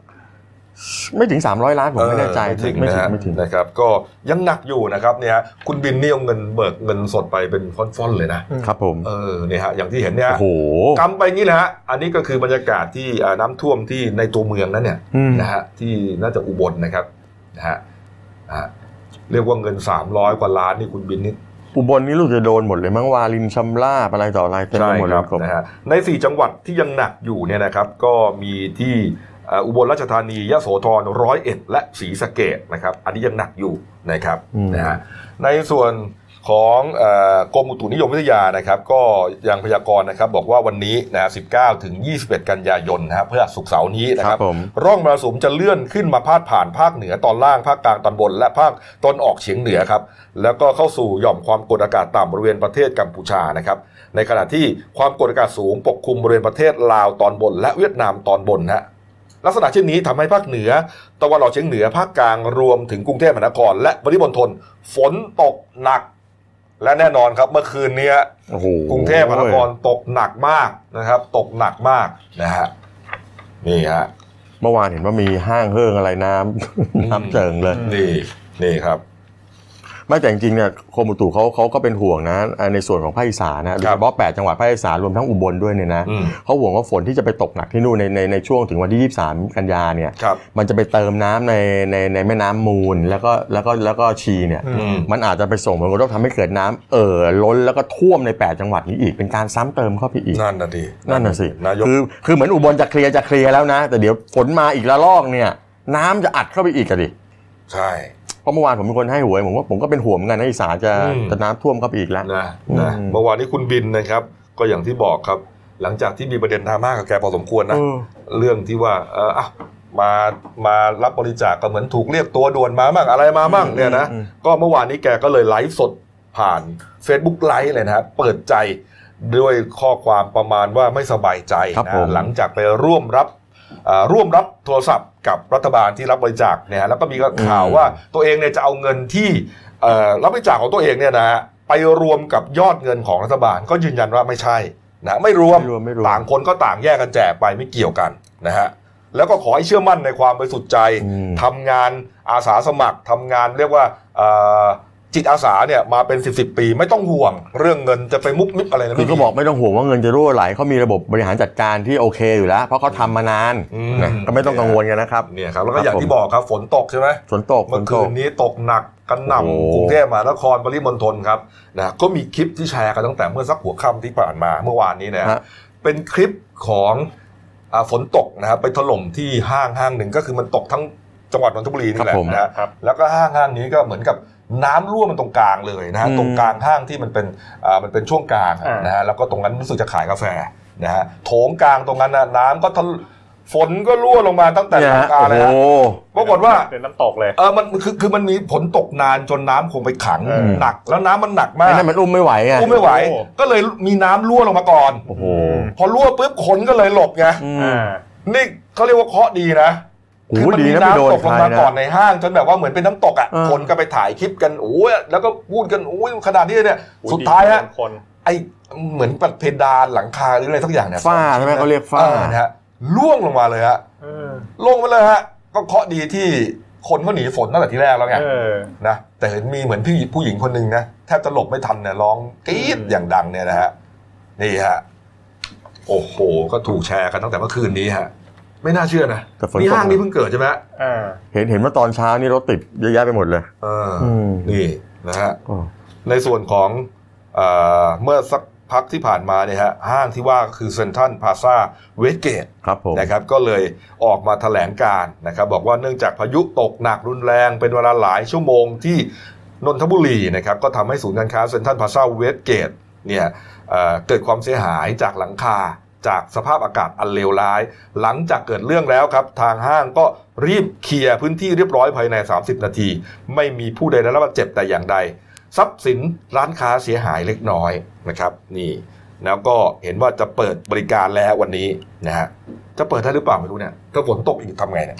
Speaker 2: ไม่ถึง 300 ล้านผมไม่แน่ใจ
Speaker 1: เออไม่ถึง
Speaker 2: ไม่
Speaker 1: นะ
Speaker 2: ถึง
Speaker 1: ฮะ
Speaker 2: ไม่ถึง
Speaker 1: นะครับ ก็ยังหนักอยู่นะครับเนี่ยฮะคุณบินนี่เอาเงินเบิกเงินสดไปเป็นฟ่อนๆเลยนะครับ
Speaker 2: ผม
Speaker 1: เออเนี่ยฮะอย่างที่เห็นเนี่ย
Speaker 2: โอ้โห
Speaker 1: กำไปอย่างนี้แหละฮะอันนี้ก็คือบรรยากาศที่อ่าน้ำท่วมที่ในตัวเมืองนั้นเนี่ย
Speaker 2: อืม
Speaker 1: นะฮะที่น่าจะอุบลนะครับนะฮะอ่าเรียกว่าเงิน 300 กว่าล้านนี่คุณบินนี่
Speaker 2: อุบลนี่รู้สึกจะโดนหมดเลยมั้งวาลินชำลาบอะไรต่ออะไรเต็มไปหมดเลยครับ
Speaker 1: นะฮะใน 4 จังหวัดที่ยังหนักอยู่เนี่ยนะครับก็มีที่เอ่ออุบลราชธานียโสธรร้อยเอ็ดและศรีสะเกดนะครับอันนี้ยังหนักอยู่นะครับ
Speaker 2: อืม
Speaker 1: นะฮะในส่วนของเอ่อกรมอุตุนิยมวิทยานะครับก็ยังพยากรณ์นะครับบอกว่าวันนี้นะฮะ19 ถึง 21 กันยายนนะฮะเพื่อศุกร์เสาร์นี้นะ
Speaker 2: ค
Speaker 1: ค
Speaker 2: รั
Speaker 1: รั
Speaker 2: บบ ผม
Speaker 1: ร่องมรสุมจะเลื่อนขึ้นมาพาดผ่านภาคเหนือตอนล่างภาคกลางตอนบน และภาคตอนออกเฉียงเหนือครับ แล้วก็เข้าสู่หย่อมความกดอากาศต่ำบริเวณประเทศกัมพูชานะครับ ในขณะที่ความกดอากาศสูงปกคลุมบริเวณประเทศลาวตอนบน และเวียดนามตอนบนนะฮะลักษณะเช่นนี้ทำให้ภาคเหนือ ตะวันออกเฉียงเหนือภาคกลางรวมถึงกรุงเทพมหานคร และปริมณฑลฝนตกหนัก และแน่นอนครับเมื่อคืนเนี้ย
Speaker 2: โอ้โห
Speaker 1: กรุงเทพมหานครตกหนักมากนะครับ ตกหนักมากนะฮะนี่ฮะ
Speaker 2: เมื่อวานเห็นว่ามีห้างเฮิงอะไรน้ำ น้ำ เจิงเลย
Speaker 3: อืม
Speaker 1: นี่นี่ครับ
Speaker 2: ไม่แต่จริงๆเนี่ยกรมอุตุเขาเขาก็เป็นห่วงนะในส่วนของภาคอีสานนะโดยเฉพาะแปดจังหวัดภาคอีสานรวมทั้งอุบลด้วยเนี่ยนะ
Speaker 1: อืม
Speaker 2: เขาห่วงว่าฝนที่จะไปตกหนักที่นู่นในในในช่วงถึงวันที่ 23 กันยาเนี่ย
Speaker 1: ครับ
Speaker 2: มันจะไปเติมน้ำในในในแม่น้ำมูลแล้วก็แล้วก็แล้วก็ชีเนี่ย
Speaker 3: อื
Speaker 1: อืม
Speaker 2: มันอาจจะไปส่งผลกระทบทำให้เกิดน้ำเอ่อล้นแล้วก็ท่วมใน 8 จังหวัดนี้อีกเป็นการซ้ำเติมเข้าไปอีก
Speaker 1: นั่นนะดี
Speaker 2: นั่นน่ะสิ
Speaker 1: นายก
Speaker 2: คือคือเหมือนอุบลจะเคลียร์จะเคลียร์แล้วนะ แต่เดี๋ยวฝนมาอีกละลอกเนี่ย น้ำจะอัดเข้าไปอีกอะดิ
Speaker 1: ใช่
Speaker 2: เพราะเมื่อวานผมเป็นคนให้หวยผมว่าผมก็เป็นห่วงเหมือนกันนะอีสานจะ
Speaker 1: อืม
Speaker 2: จะน้ำท่วมเข้าไปอีกแล้ว
Speaker 1: นะนะ
Speaker 2: อืม
Speaker 1: เมื่อวานนี้คุณบินนะครับ ก็อย่างที่บอกครับ หลังจากที่มีประเด็นดราม่ากับแกพอสมควรนะ
Speaker 2: เออ
Speaker 1: เรื่องที่ว่าเอออ่ะมามารับบริจาคก็เหมือนถูกเรียกตัวด่วนมามั่งอะไรมามั่งเนี่ยนะ
Speaker 2: อืม
Speaker 1: ก็เมื่อวานนี้แกก็เลยไลฟ์สดผ่าน Facebook ไลฟ์เลยนะฮะเปิดใจด้วยข้อความประมาณว่าไม่สบายใจ
Speaker 2: ครับ
Speaker 1: นะ
Speaker 2: ผม
Speaker 1: ฮะหลังจากไปร่วมรับเอ่อร่วมรับโทรศัพท์กับรัฐบาลที่รับบริจาคเนี่ยฮะแล้วก็มีข่าวว่าตัวเองเนี่ยจะเอาเงินที่เอ่อรับบริจาคของตัวเองเนี่ยนะฮะไปรวมกับยอดเงินของรัฐบาลก็ยืนยันว่าไม่ใช่นะไม่รวม
Speaker 2: ไม่รวมไม่รวม
Speaker 1: ต่างคนก็ต่างแยกกันแจกไปไม่เกี่ยวกันนะฮะแล้วก็ขอให้เชื่อมั่นในความบริสุทธิ์ใจ
Speaker 2: อืม
Speaker 1: ทำงานอาสาสมัครทำงานเรียกว่าเอ่อ จิตอาสาเนี่ยมาเป็น 10บสปี ไม่ต้องห่วง เรื่องเงินจะไปมุกมิบอะไรนะ
Speaker 2: คือ
Speaker 1: ไม่มี
Speaker 2: ก็บอกไม่ต้องห่วงว่าเงินจะรั่วไหลเขามีระบบบริหารจัดการที่โอเคอยู่แล้ว เพราะเขาทำมานาน
Speaker 1: อืม
Speaker 2: นะก็ไม่ต้องกังวลกันนะครับ
Speaker 1: เนี่ยครับ แล้วก็
Speaker 2: ครับ
Speaker 1: อย่าง
Speaker 2: ผม
Speaker 1: ที่บอกครับฝนตกใช่ไหม
Speaker 2: ฝนตกฝ
Speaker 1: เมื่อน
Speaker 2: ต
Speaker 1: คื
Speaker 2: ก
Speaker 1: นนี้ตกหนักกันห
Speaker 2: โอ้โห
Speaker 1: นำกรุงเทพมหานครปริมณฑลครับนะก็มีคลิปที่แชร์กันตั้งแต่เมื่อสักหัวค่ำที่ผ่านมาเมื่อวานนี้นะฮะ
Speaker 2: ฮะ
Speaker 1: เป็นคลิปของอาฝนตกนะครับไปถล่มที่ห้างห้างหนึ่งก็คือมันตกทั้งจังหวัดนนทบุรีนี่แห
Speaker 2: ครั
Speaker 1: ละ
Speaker 2: บผม
Speaker 1: นะฮะ
Speaker 3: ครับ
Speaker 1: แล้วก็ห้างห้างนี้ก็เหมือนกับน้ำรั่วมันตรงกลางเลยนะฮะ
Speaker 2: อืม
Speaker 1: ตรงกลางห้างที่มันเป็นอ่ามันเป็นช่วงกลาง
Speaker 3: อ่าน
Speaker 1: นะฮะแล้วก็ตรงนั้นรู้สึกจะขายกาแฟนะฮะโถงกลางตรงนั้นน่ะน้ำก็ทะลุฝนก็รั่วลงมาตั้งแต่ต
Speaker 2: ่
Speaker 1: รง
Speaker 2: ฮะ
Speaker 1: กลางเลย
Speaker 2: โอ้
Speaker 1: ฮะ
Speaker 2: โห
Speaker 1: ปรากฏว่า
Speaker 3: เป็นน้ำตกเลย
Speaker 1: เออมันคือคือมันมีฝนตกนานจนน้ำคงไปขัง
Speaker 3: เออ
Speaker 1: หนัก แล้วน้ำมันหนักมา
Speaker 2: ไอ้
Speaker 1: ก
Speaker 2: นั่นมันอุ้มไม่ไหวไง
Speaker 1: กู้ไม่ไหว ก็เลยมีน้ำรั่วลงมาก่อน
Speaker 2: โอ้โห
Speaker 1: พอรั่วปุ๊บคนก็เลยหลบไง
Speaker 2: อื
Speaker 3: อ่า
Speaker 2: ม
Speaker 1: นี่เขาเรียกว่าเคราะห์ดีนะ
Speaker 2: โอ้โห
Speaker 1: คืมั
Speaker 2: ดี
Speaker 1: มี
Speaker 2: นะไม่โดน
Speaker 1: น้ำตกลงมา
Speaker 2: ใครนะ
Speaker 1: ก่อนในห้างจนแบบว่าเหมือนเป็นน้ำตกอ่ะ
Speaker 2: อ่า
Speaker 1: คนก็ไปถ่ายคลิปกันโอ้ยแล้วก็พูดกันโอ้ยขนาดนี้เนี่ย
Speaker 3: อุ๊
Speaker 1: สุดท้ายฮะ
Speaker 3: ดีเป็นคน
Speaker 1: ไอเหมือนปัดเพดานหลังคาหรืออะไรสักอย่างเนี่ย
Speaker 2: ฝ้าใช่ไหมเขาเรียกฝ้า
Speaker 1: ออนะฮะล่วงลงมาเลยฮะ
Speaker 3: เออ
Speaker 1: ลงมาเลยฮะ ก็เคราะห์ดีที่คนก็หนีฝนตั้งแต่ที่แรกแล้วไง
Speaker 3: เออ
Speaker 1: นะแต่เห็นมีเหมือนพี่ผู้หญิงคนหนึ่งนะแทบจะหลบไม่ทันเนี่ยร้องกรี๊ด
Speaker 3: อืม
Speaker 1: อย่างดังเนี่ยนะฮะนี่ฮะโอ้โหก็ถูกแชร์กันตั้งแต่เมื่อคืนนี้ฮะ ไม่น่าเชื่อนะ
Speaker 2: แต่ฝนตก
Speaker 1: นี่ห้างนี้เพิ่งเกิดใช่ไหมฮะ
Speaker 3: อ่า
Speaker 2: เห็นเห็นว่าตอนเช้านี่รถติดเยอะแยะไปหมดเลย
Speaker 1: เออ
Speaker 2: อืม
Speaker 1: นี่นะฮะ
Speaker 2: อ๋อ
Speaker 1: ในส่วนของเอ่อเมื่อสักพักที่ผ่านมาเนี่ยฮะห้างที่ว่าก็คือเซนทันพาซาเวสเกต
Speaker 2: ครับผม
Speaker 1: นะครับก็เลยออกมาแถลงการนะครับบอกว่าเนื่องจากพายุตกหนักรุนแรงเป็นเวลาหลายชั่วโมงที่นนทบุรีนะครับก็ทำให้ศูนย์การค้าเซนทันพาซาเวสเกตเนี่ยเอ่อเกิดความเสียหายจากหลังคาจากสภาพอากาศอันเลวร้าย หลังจากเกิดเรื่องแล้วครับ ทางห้างก็รีบเคลียร์พื้นที่เรียบร้อยภายใน 30 นาที ไม่มีผู้ใดได้รับบาดเจ็บแต่อย่างใด ทรัพย์สินร้านค้าเสียหายเล็กน้อยนะครับ นี่ แล้วก็เห็นว่าจะเปิดบริการแล้ววันนี้นะฮะจะเปิดได้หรือเปล่าไม่รู้เนี่ยถ้าฝนตกอีกทำไงเนี่ย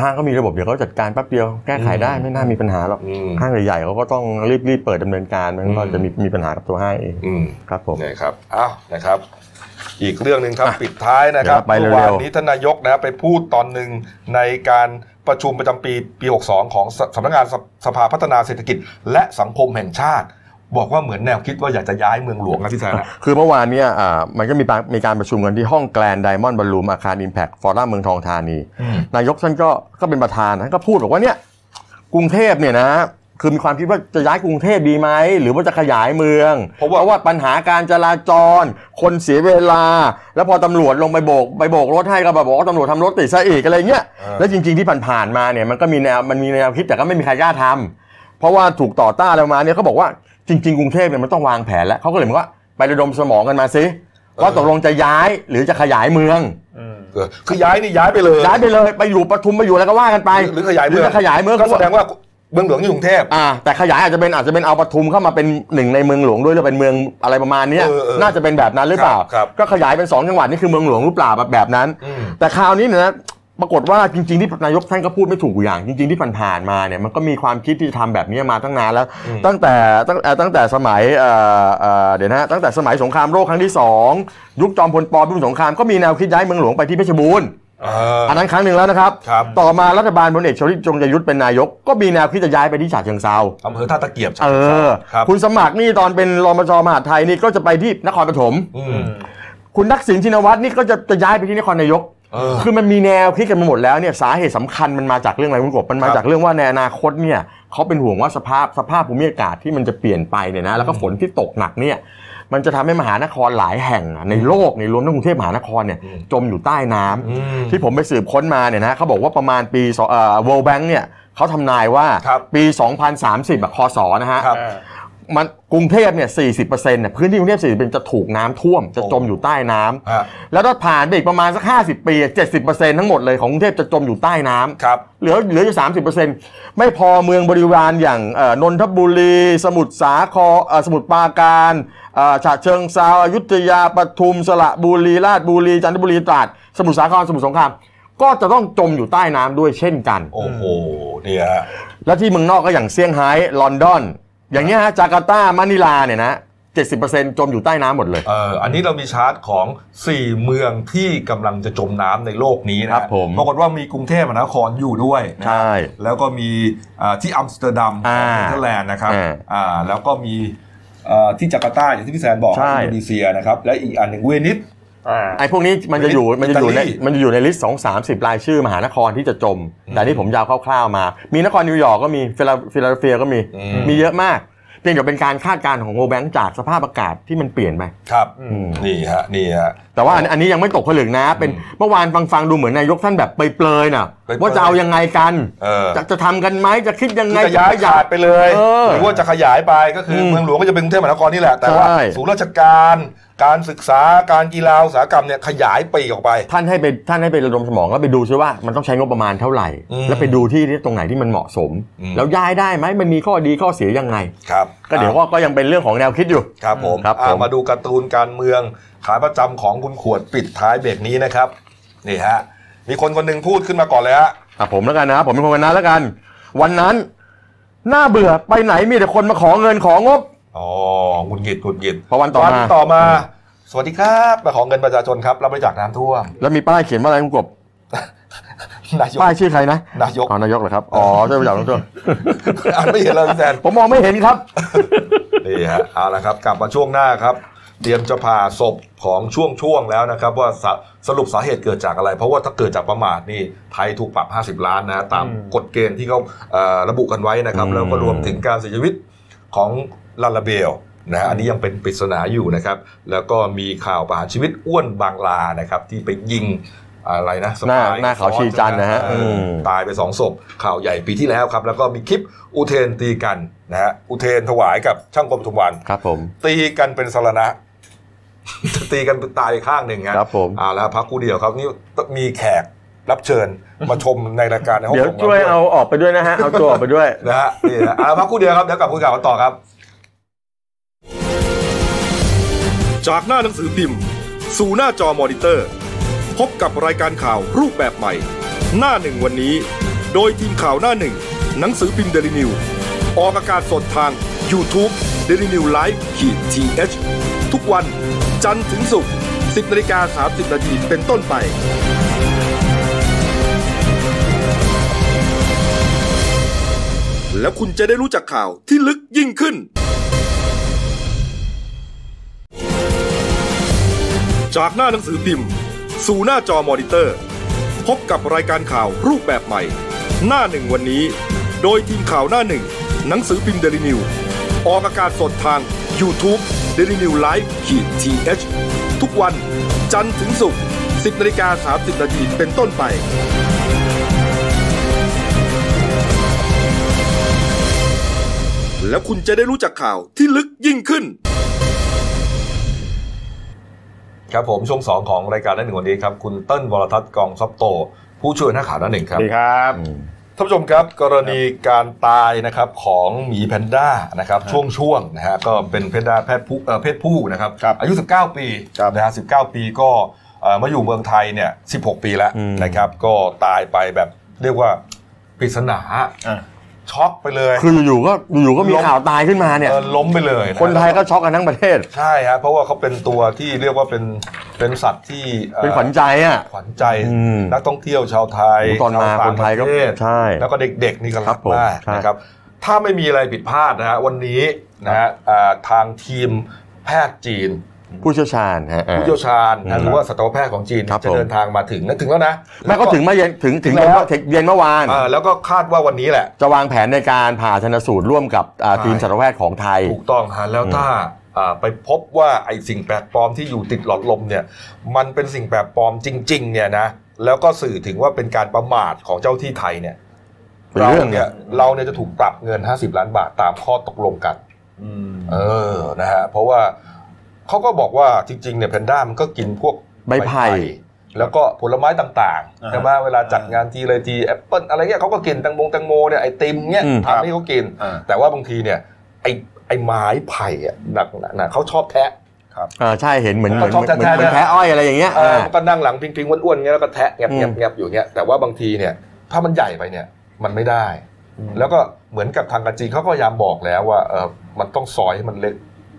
Speaker 2: ห้างเขามีระบบเดี๋ยวเขาจัดการแป๊บเดียวแก้ไขได้
Speaker 1: อืม
Speaker 2: ไม่น่ามีปัญหาหรอก
Speaker 1: อืม
Speaker 2: ห้างใหญ่ๆเขาก็ต้องรีบรีบเปิดดำเนินการไมันก็
Speaker 1: อืม
Speaker 2: จะมีมีปัญหากับตัวห้างเอง
Speaker 1: อืม
Speaker 2: ครับผม
Speaker 1: นี่ครับอ้าวนะครับ อีกเรื่องหนึ่งครับ
Speaker 2: อ่ะ
Speaker 1: ปิดท้ายนะครับ
Speaker 2: เดี๋ยวไปเร็ว
Speaker 1: อ
Speaker 2: ๆ
Speaker 1: วานนี้ทานนายกนะไปพูดตอนหนึ่งในการประชุมประจำปีปี 62 ของสสำนักงานสสภาพัฒนาเศรษฐกิจ และสังคมแห่งชาติ บอกว่าเหมือนแนวคิดว่าอยากจะย้ายเมืองหลวงนะพี่แซนนะ
Speaker 2: คือเมื่อวานเนี่ยอ่ามันก็มีปามีการประชุมกันที่ห้องแกลนไดมอนด์บอลลูมอาคารอิมแพคฟอรัมเมืองทองธานี นายกท่านก็ก็เป็นประธานท่านก็พูดบอกว่าเนี่ยกรุงเทพเนี่ยนะคือมีความคิดว่าจะย้ายกรุงเทพดีไหมหรือว่าจะขยายเมือง
Speaker 1: เพราะว่า
Speaker 2: ปัญหาการจราจร คนเสียเวลา แล้วพอตำรวจลงไปโบกไปโบกรถให้ก็แบบบอกว่าตำรวจทำรถติดซะอีกอะไรเงี้ยแล้วจริงๆที่ผ่านๆมาเนี่ยมันก็มีแนวมันมีแนวคิดแต่ก็ไม่มีใครกล้าทำเพราะว่าถูกต่อต้านอะไรมาเนี่ยเขาบอกว่าจริง ๆ กรุงเทพเนี่ยมันต้องวางแผนแล้วเขาก็เลยบอกว่าไประดมสมองกันมาซิว่าตกลงจะย้ายหรือจะขยายเมือง
Speaker 3: อืม
Speaker 1: เออคือย้ายนี่ย้ายไปเลย
Speaker 2: ย้ายไปเลยไปอยู่ปทุมไปอยู่แล้วก็ว่ากันไป
Speaker 1: หรือขยายเมือง
Speaker 2: จะขยายเมือง
Speaker 1: ก็แสดงว่าเมืองหลวงอยู่กรุงเทพ
Speaker 2: อ่าแต่ขยายอาจจะเป็นอาจจะเป็นเอาปทุมเข้ามาเป็นหนึ่งในเมืองหลวงด้วยหรือเป็นเมืองอะไรประมาณเนี้ย
Speaker 1: เออเออ
Speaker 2: น่าจะเป็นแบบนั้นหรือเปล่า
Speaker 1: ครับครับ
Speaker 2: ก็ขยายเป็นสองจังหวัดนี่คือเมืองหลวงหรือเปล่าแบบแบบนั้น
Speaker 1: อืม
Speaker 2: แต่คราวนี้เนี่ยนะปรากฏว่าจริง ๆ ที่นายกท่านก็พูดไม่ถูกอยู่อย่าง จริง ๆ ที่ผ่านๆมาเนี่ยมันก็มีความคิดที่จะทำแบบนี้มาตั้งนานแล้ว
Speaker 1: อืม
Speaker 2: ตั้งแต่ตั้งเอ่อตั้งแต่สมัยเอ่อเอ่อเดี๋ยวนะฮะตั้งแต่สมัยสงครามโลกครั้งที่สองยุคจอมพลปพิบูลสงครามก็มีแนวคิดย้ายเมืองหลวงไปที่เพชรบูรณ์
Speaker 1: เออ
Speaker 2: อันนั้นครั้งหนึ่งแล้วนะครับ
Speaker 1: ครับ
Speaker 2: ต่อมารัฐบาลพลเอกชวลิตจงใจยุทธเป็นนายก ก็มีแนวคิดจะย้ายไปที่ฉะเชิงเซา
Speaker 1: อำเภอท่าตะเกียบใช่
Speaker 2: เอ
Speaker 1: ไหม
Speaker 2: อ
Speaker 1: ครับ
Speaker 2: คุณสมัครนี่ตอนเป็นรมจมหาดไทยนี่ก็จะไปที่นครปฐม
Speaker 1: อื
Speaker 3: อื
Speaker 1: ม
Speaker 3: ม
Speaker 2: คุณทักษิณชินวัตรนี่ก็จะจะย้ายไปที่นครนายก
Speaker 1: เออ
Speaker 2: คือมันมีแนวคิดกันมาหมดแล้วเนี่ยสาเหตุสำคัญมันมาจากเรื่องอะไรคุณกบมัน
Speaker 1: ค
Speaker 2: มา
Speaker 1: รับ
Speaker 2: จากเรื่องว่าในอนาคตเนี่ยเขาเป็นห่วงว่าสภาพสภาพภูมิอากาศที่มันจะเปลี่ยนไปเนี่ยนะแล้วก็ฝนที่ตกหนักเนี่ยมันจะทำให้มหานครหลายแห่งอะในโลกในยรวมทั้งกรุงเทพมหานครเนี่ย
Speaker 1: อืม
Speaker 2: จมอยู่ใต้น้ำ
Speaker 1: อืม
Speaker 2: ที่ผมไปสืบค้นมาเนี่ยนะเขาบอกว่าประมาณปีสองเอ่อ World Bank เนี่ยเขาทำนายว่า
Speaker 1: ครับ
Speaker 2: ปี 2030แบบคศนะฮะ
Speaker 1: ครับ
Speaker 2: มันกรุงเทพเนี่ย 40%เนี่ยพื้นที่กรุงเทพ40%จะถูกน้ำท่วม จะจมอยู่ใต้น้ำ
Speaker 1: ฮะ
Speaker 2: แล้วถ้าผ่านไปอีกประมาณสัก 50 ปี 70%ทั้งหมดเลยของกรุงเทพจะจมอยู่ใต้น้ำ
Speaker 1: ครับ
Speaker 2: เหลือเหลืออยู่30%ไม่พอเมืองบริวารอย่างเอ่อนนทบุรี สมุทรสาครเอ่อสมุทรปราการเอ่อฉะเชิงเซาอยุธยาปทุมสระบุรีราชบุรีจันทบุรีตราดสมุทรสาครสมุทรสงคราม ก็จะต้องจมอยู่ใต้น้ำด้วยเช่นกัน
Speaker 1: โอ้โห เนี่ยฮะ
Speaker 2: และที่เมืองนอกก็อย่างเซี่ยงไฮ้ลอนดอน อย่างเนี้ยฮะจาการ์ตา มะนิลาเนี่ยนะ 70%จมอยู่ใต้น้ำหมดเลย
Speaker 1: เอ่ออันนี้เรามีชาร์ตของ 4 เมืองที่กำลังจะจมน้ำในโลกนี้นะครับ
Speaker 2: ผม
Speaker 1: ปรากฏว่ามีกรุงเทพมหานครอยู่ด้วยนะ
Speaker 2: ใช่
Speaker 1: แล้วก็มีอ่าที่อัมสเตอร์ดัมของ
Speaker 2: อ่า
Speaker 1: เนเธอร์แลนด์นะครับ
Speaker 2: อ่า
Speaker 1: อ่าแล้วก็มีอ่าที่จาการ์ตาอย่างที่พี่แซนบอก
Speaker 2: ใช่
Speaker 1: อินโดนีเซียนะครับ และอีกอันหนึ่งเวนิส
Speaker 3: อ่า
Speaker 2: ไอ้พวกนี้มันจะอยู่
Speaker 1: อิ
Speaker 2: มัน
Speaker 1: ตาลี
Speaker 2: จะอยู่ในมันจะอยู่ในลิสต์สองสามสิบรายชื่อมหานครที่จะจม
Speaker 1: อืม
Speaker 2: แต่นี่ผมยาวคร่าวๆมา มีนครนิวยอร์กก็มีฟิลาฟิลาเดลเฟียก็มี
Speaker 1: อืม
Speaker 2: มีเยอะมากเพียงแต่เป็นการคาดการณ์ของโ l แบงค์จากสภาพอากาศที่มันเปลี่ยนไป
Speaker 1: ครับ
Speaker 3: อื
Speaker 2: อื
Speaker 3: ม
Speaker 2: ม
Speaker 1: นี่ฮะนี่ฮะ
Speaker 2: แต่ว่าอันอันนี้ยังไม่ตกผลึกนะ เป็น
Speaker 1: อืม
Speaker 2: เมื่อวานฟังฟังๆดูเหมือนนายกท่านแบบเปรยๆน่ะ
Speaker 1: เปรยๆ
Speaker 2: ว่าจะเอายังไงกัน
Speaker 1: เออ
Speaker 2: จะจะทำกันไหมจะคิดยัง
Speaker 1: คือ
Speaker 2: ไง
Speaker 1: จะย้าย
Speaker 2: ข
Speaker 1: ขาดไปเลย
Speaker 2: เออ
Speaker 1: หรือว่าจะขยายไปก็คืออ
Speaker 2: ม
Speaker 1: เมืองหลวงก็จะเป็นกรุงเทพมหานครนี่แหละแต่ว่า
Speaker 2: ใช่
Speaker 1: ศูนย์ราชการ การศึกษาการกีฬาอุตสาหกรรมเนี่ยขยายปีกออกไป
Speaker 2: ท่านให้ไปท่านให้ไประดมสมองแล้วไปดูซิว่ามันต้องใช้งบประมาณเท่าไหร่
Speaker 1: อืม
Speaker 2: แล้วไปดูที่ที่ตรงไหนที่มันเหมาะสม
Speaker 1: อืม
Speaker 2: แล้วย้ายได้ไหมมันมีข้อดีข้อเสียยังไง
Speaker 1: ครับ
Speaker 2: ก็เดี๋ยวก็ก็ยังเป็นเรื่องของแนวคิดอยู่
Speaker 1: ครับผม
Speaker 2: ครับ
Speaker 1: อ่ะ
Speaker 2: ผม
Speaker 1: มาดูการ์ตูนการเมืองขาประจำของคุณขวดปิดท้ายเบรกนี้นะครับนี่ฮะมีคนคนหนึ่งพูดขึ้นมาก่อนเลยฮะ
Speaker 2: อ่ะผมแล้วกันนะครับผมเป็นคนวันนั้นแล้วกัน วันนั้นน่าเบื่อไปไหนมีแต่คนมาขอเงินของงบ
Speaker 1: อ๋อหงุดหงิดหงุดหงิด
Speaker 2: พอวันต่อมา
Speaker 1: วันต่อมา สวัสดีครับมาของเงินประชาชนครับรับบริจาคน้ำท่วม
Speaker 2: แล้วมีป้ายเขียนว่าอะไรคุณกบ
Speaker 1: นายก
Speaker 2: ป้ายชื่อใครนะ
Speaker 1: นายก
Speaker 2: อ๋อนายกเหรอครับอ๋อเจ้าประจักษ์ตัว
Speaker 1: อ่านไม่เห็นเลยพี่แซน
Speaker 2: ผมมองไม่เห็นครับ
Speaker 1: นี่ฮะเอาละครับกลับมาช่วงหน้าครับ เตรียมจะผ่าศพของช่วงช่วงๆแล้วนะครับ ว่าสาสรุปสาเหตุเกิดจากอะไร เพราะว่าถ้าเกิดจากประมาทนี่ไทยถูกปรับ 50 ล้านนะตามกฎเกณฑ์ที่เขาเอ่อระบุกันไว้นะครับ
Speaker 2: อืม
Speaker 1: แล้วก็รวมถึงการเสียชีวิตของลาลาเบลนะฮะอันนี้ยังเป็นปริศนาอยู่นะครับ แล้วก็มีข่าวประหารชีวิตอ้วนบางลานะครับ ที่ไปยิงอะไรนะส
Speaker 2: หน้า
Speaker 1: ปย
Speaker 2: หน้าเขาชีจันทร์นะฮะ
Speaker 1: เอออ
Speaker 2: ม
Speaker 1: ตายไปสองศพข่าวใหญ่ปีที่แล้วครับ แล้วก็มีคลิปอุเทนตีกันนะฮะอุเทนถวายกับช่างกรมทุมวัน
Speaker 2: ครับผม
Speaker 1: ตีกันเป็นสรณะ ตีกันตายข้างหนึ่งฮะ
Speaker 2: ครับผม
Speaker 1: เอาแล้วพักกูเดียวครับนี่มีแขกรับเชิญมาชมในรายการในห้อง
Speaker 2: เดี๋ยว
Speaker 1: ของ
Speaker 2: ช่วย
Speaker 1: เรา
Speaker 2: เอาออกไปด้วยนะฮะเอาตัวออกไปด้วย
Speaker 1: นะฮะนี่นะเอาละพักกูเดียวครับเดี๋ยวกลับคุยกับกันต่อครับ
Speaker 4: จากหน้าหนังสือพิมพ์ สู่หน้าจอมอนิเตอร์ พบกับรายการข่าวรูปแบบใหม่ หน้าหนึ่งวันนี้ โดยทีมข่าวหน้าหนึ่ง หนังสือพิมพ์เดลิวิวออกอากาศสดทาง y o u t u เด d ิวิวไลฟ์ขีดทีเทุกวันจันทร์ถึงศุกร์10นาฬิกา30นาทีเป็นต้นไป แล้วคุณจะได้รู้จักข่าวที่ลึกยิ่งขึ้น จากหน้าหนังสือพิมพ์ สู่หน้าจอมอนิเตอร์ พบกับรายการข่าวรูปแบบใหม่ หน้าหนึ่งวันนี้ โดยทีมข่าวหน้าหนึ่ง หนังสือพิมพ์เดลิวิวออกอากาศสดทาง y o u t u เด d ิวิวไลฟ์ขีดทีเทุกวัน จันทร์ถึงศุกร์10นาฬิกา30นาทีเป็นต้นไป แล้วคุณจะได้รู้จักข่าวที่ลึกยิ่งขึ้น
Speaker 1: ครับผมช่วงสองของรายการหนั่นหนึ่งวันนี้ครับคุณเติ้ลวรทัศน์กองซับโต ผู้ช่วยหน้าข่าวหนั่นหนึ่งครับ
Speaker 3: ดีครับ
Speaker 1: ท่านผู้ชมครับกรณีการตายนะครับของหมีแพนด้านะครับช่วงช่วงๆนะฮะก็เป็นแพนด้าแพทย์ผู้เอ่อเพศผู้นะครับ
Speaker 3: ครับ
Speaker 1: อายุ 19 ปี
Speaker 3: ครับ
Speaker 1: นะฮะ19 ปีก็เอ่อมาอยู่เมืองไทยเนี่ย16 ปีแล้ว
Speaker 2: อืม
Speaker 1: นะครับก็ตายไปแบบเรียกว่าปริศนา
Speaker 3: อ่ะ
Speaker 1: ช็อกไปเลย
Speaker 2: คืออยู่ๆก็อยู่ๆก็มีข่าวตายขึ้นมาเนี่ย
Speaker 1: เออล้มไปเลยะ
Speaker 2: คนไทยก็ช็อกกันทั้งประเทศ
Speaker 1: ใช่ฮะเพราะว่าเขาเป็นตัวที่เรียกว่าเป็นเป็นสัตว์ที่อ่อ
Speaker 2: เป็นขวัญใจอ่ะ
Speaker 1: ขวัญใจ
Speaker 2: อืม
Speaker 1: นักท่องเที่ยวชาวไทย
Speaker 2: โอ้ตอนมา
Speaker 1: ชวต่
Speaker 2: ค
Speaker 1: ง
Speaker 2: นไทยก็
Speaker 1: ประเทศ
Speaker 2: ใช่
Speaker 1: แล้วก็เด็กๆนี่ก็
Speaker 2: ค
Speaker 1: รั
Speaker 2: รั
Speaker 1: ก
Speaker 2: บผม
Speaker 1: มาก
Speaker 2: ใช่
Speaker 1: นะครับ ถ้าไม่มีอะไรผิดพลาดนะฮะวันนี้นะฮะอ่าทางทีมแพทย์จีน
Speaker 2: ผู้เชี่ยวชาญฮะ
Speaker 1: ผู้เชี่ยวชาญ
Speaker 2: อื
Speaker 1: นะ
Speaker 2: ม
Speaker 1: หรือว่าสัตวแพทย์ของจีน
Speaker 2: ครับ
Speaker 1: จะ
Speaker 2: ผม
Speaker 1: เดินทางมาถึงนะถึงแล้วนะ
Speaker 2: แม่ก็ถึงเมื่อเย็นถึงถึงเย็นเมื่อเย็นเมื่อวาน
Speaker 1: เอ่อแล้วก็คาดว่าวันนี้แหละ
Speaker 2: จะวางแผนในการผ่าชนสูตรร่วมกับอ่า
Speaker 1: ใช่
Speaker 2: ทีมสัตวแพทย์ของไทย
Speaker 1: ถูกต้องฮะแล้วถ้าอ่าไปพบว่าไอ้สิ่งแปลกปลอมที่อยู่ติดหลอดลมเนี่ยมันเป็นสิ่งแปลกปลอมจริงๆเนี่ยนะแล้วก็สื่อถึงว่าเป็นการประมาทของเจ้าที่ไทยเนี่ย
Speaker 2: เป็น
Speaker 1: เรา
Speaker 2: เรื่อง
Speaker 1: เนี่ยเราเนี่ยจะถูกปรับเงิน 50 ล้านบาทตามข้อตกลงกัน
Speaker 3: อืม
Speaker 1: เออ นะฮะ เพราะว่าเขาก็บอกว่าจริงๆ เนี่ยแพนด้ามันก็กินพวก
Speaker 2: ใบไผ่
Speaker 1: แล้วก็ผลไม้ต่าง
Speaker 3: อ่า
Speaker 1: ๆ
Speaker 3: ฮะ
Speaker 1: ใช่ไหมเวลาจัดงานทีเลยทีแอปเปิลอะไรเงี้ยเขาก็กินแตงโมงแตงโมเนี่ยไอติมเนี่ย
Speaker 2: อืม
Speaker 1: ทำให้เขากิน
Speaker 3: อ่า
Speaker 1: แต่ว่าบางทีเนี่ยไอไอไม้ไผ่อะหนักหนักเขาชอบแทะ
Speaker 2: อ่าใช่เห็นเหมือนเหมือน
Speaker 1: ชอบ
Speaker 2: เหมือน
Speaker 1: แท้ๆ
Speaker 2: เหมือน
Speaker 1: นะ
Speaker 2: แพ้อ้อยอะไรอย่างเงี้ย
Speaker 1: เออ
Speaker 2: อ่า
Speaker 1: มันก็นั่งหลังพิงๆอ้วนๆเงี้ยแล้วก็แทะแงบ
Speaker 2: อื
Speaker 1: ๆ
Speaker 2: ม
Speaker 1: แงบๆอยู่เงี้ยแต่ว่าบางทีเนี่ยถ้ามันใหญ่ไปเนี่ยมันไม่ได้
Speaker 3: อืม
Speaker 1: แล้วก็เหมือนกับทางการจีนเขาก็พยายามบอกแล้วว่าเออมันต้องซอยให้มันเล็ก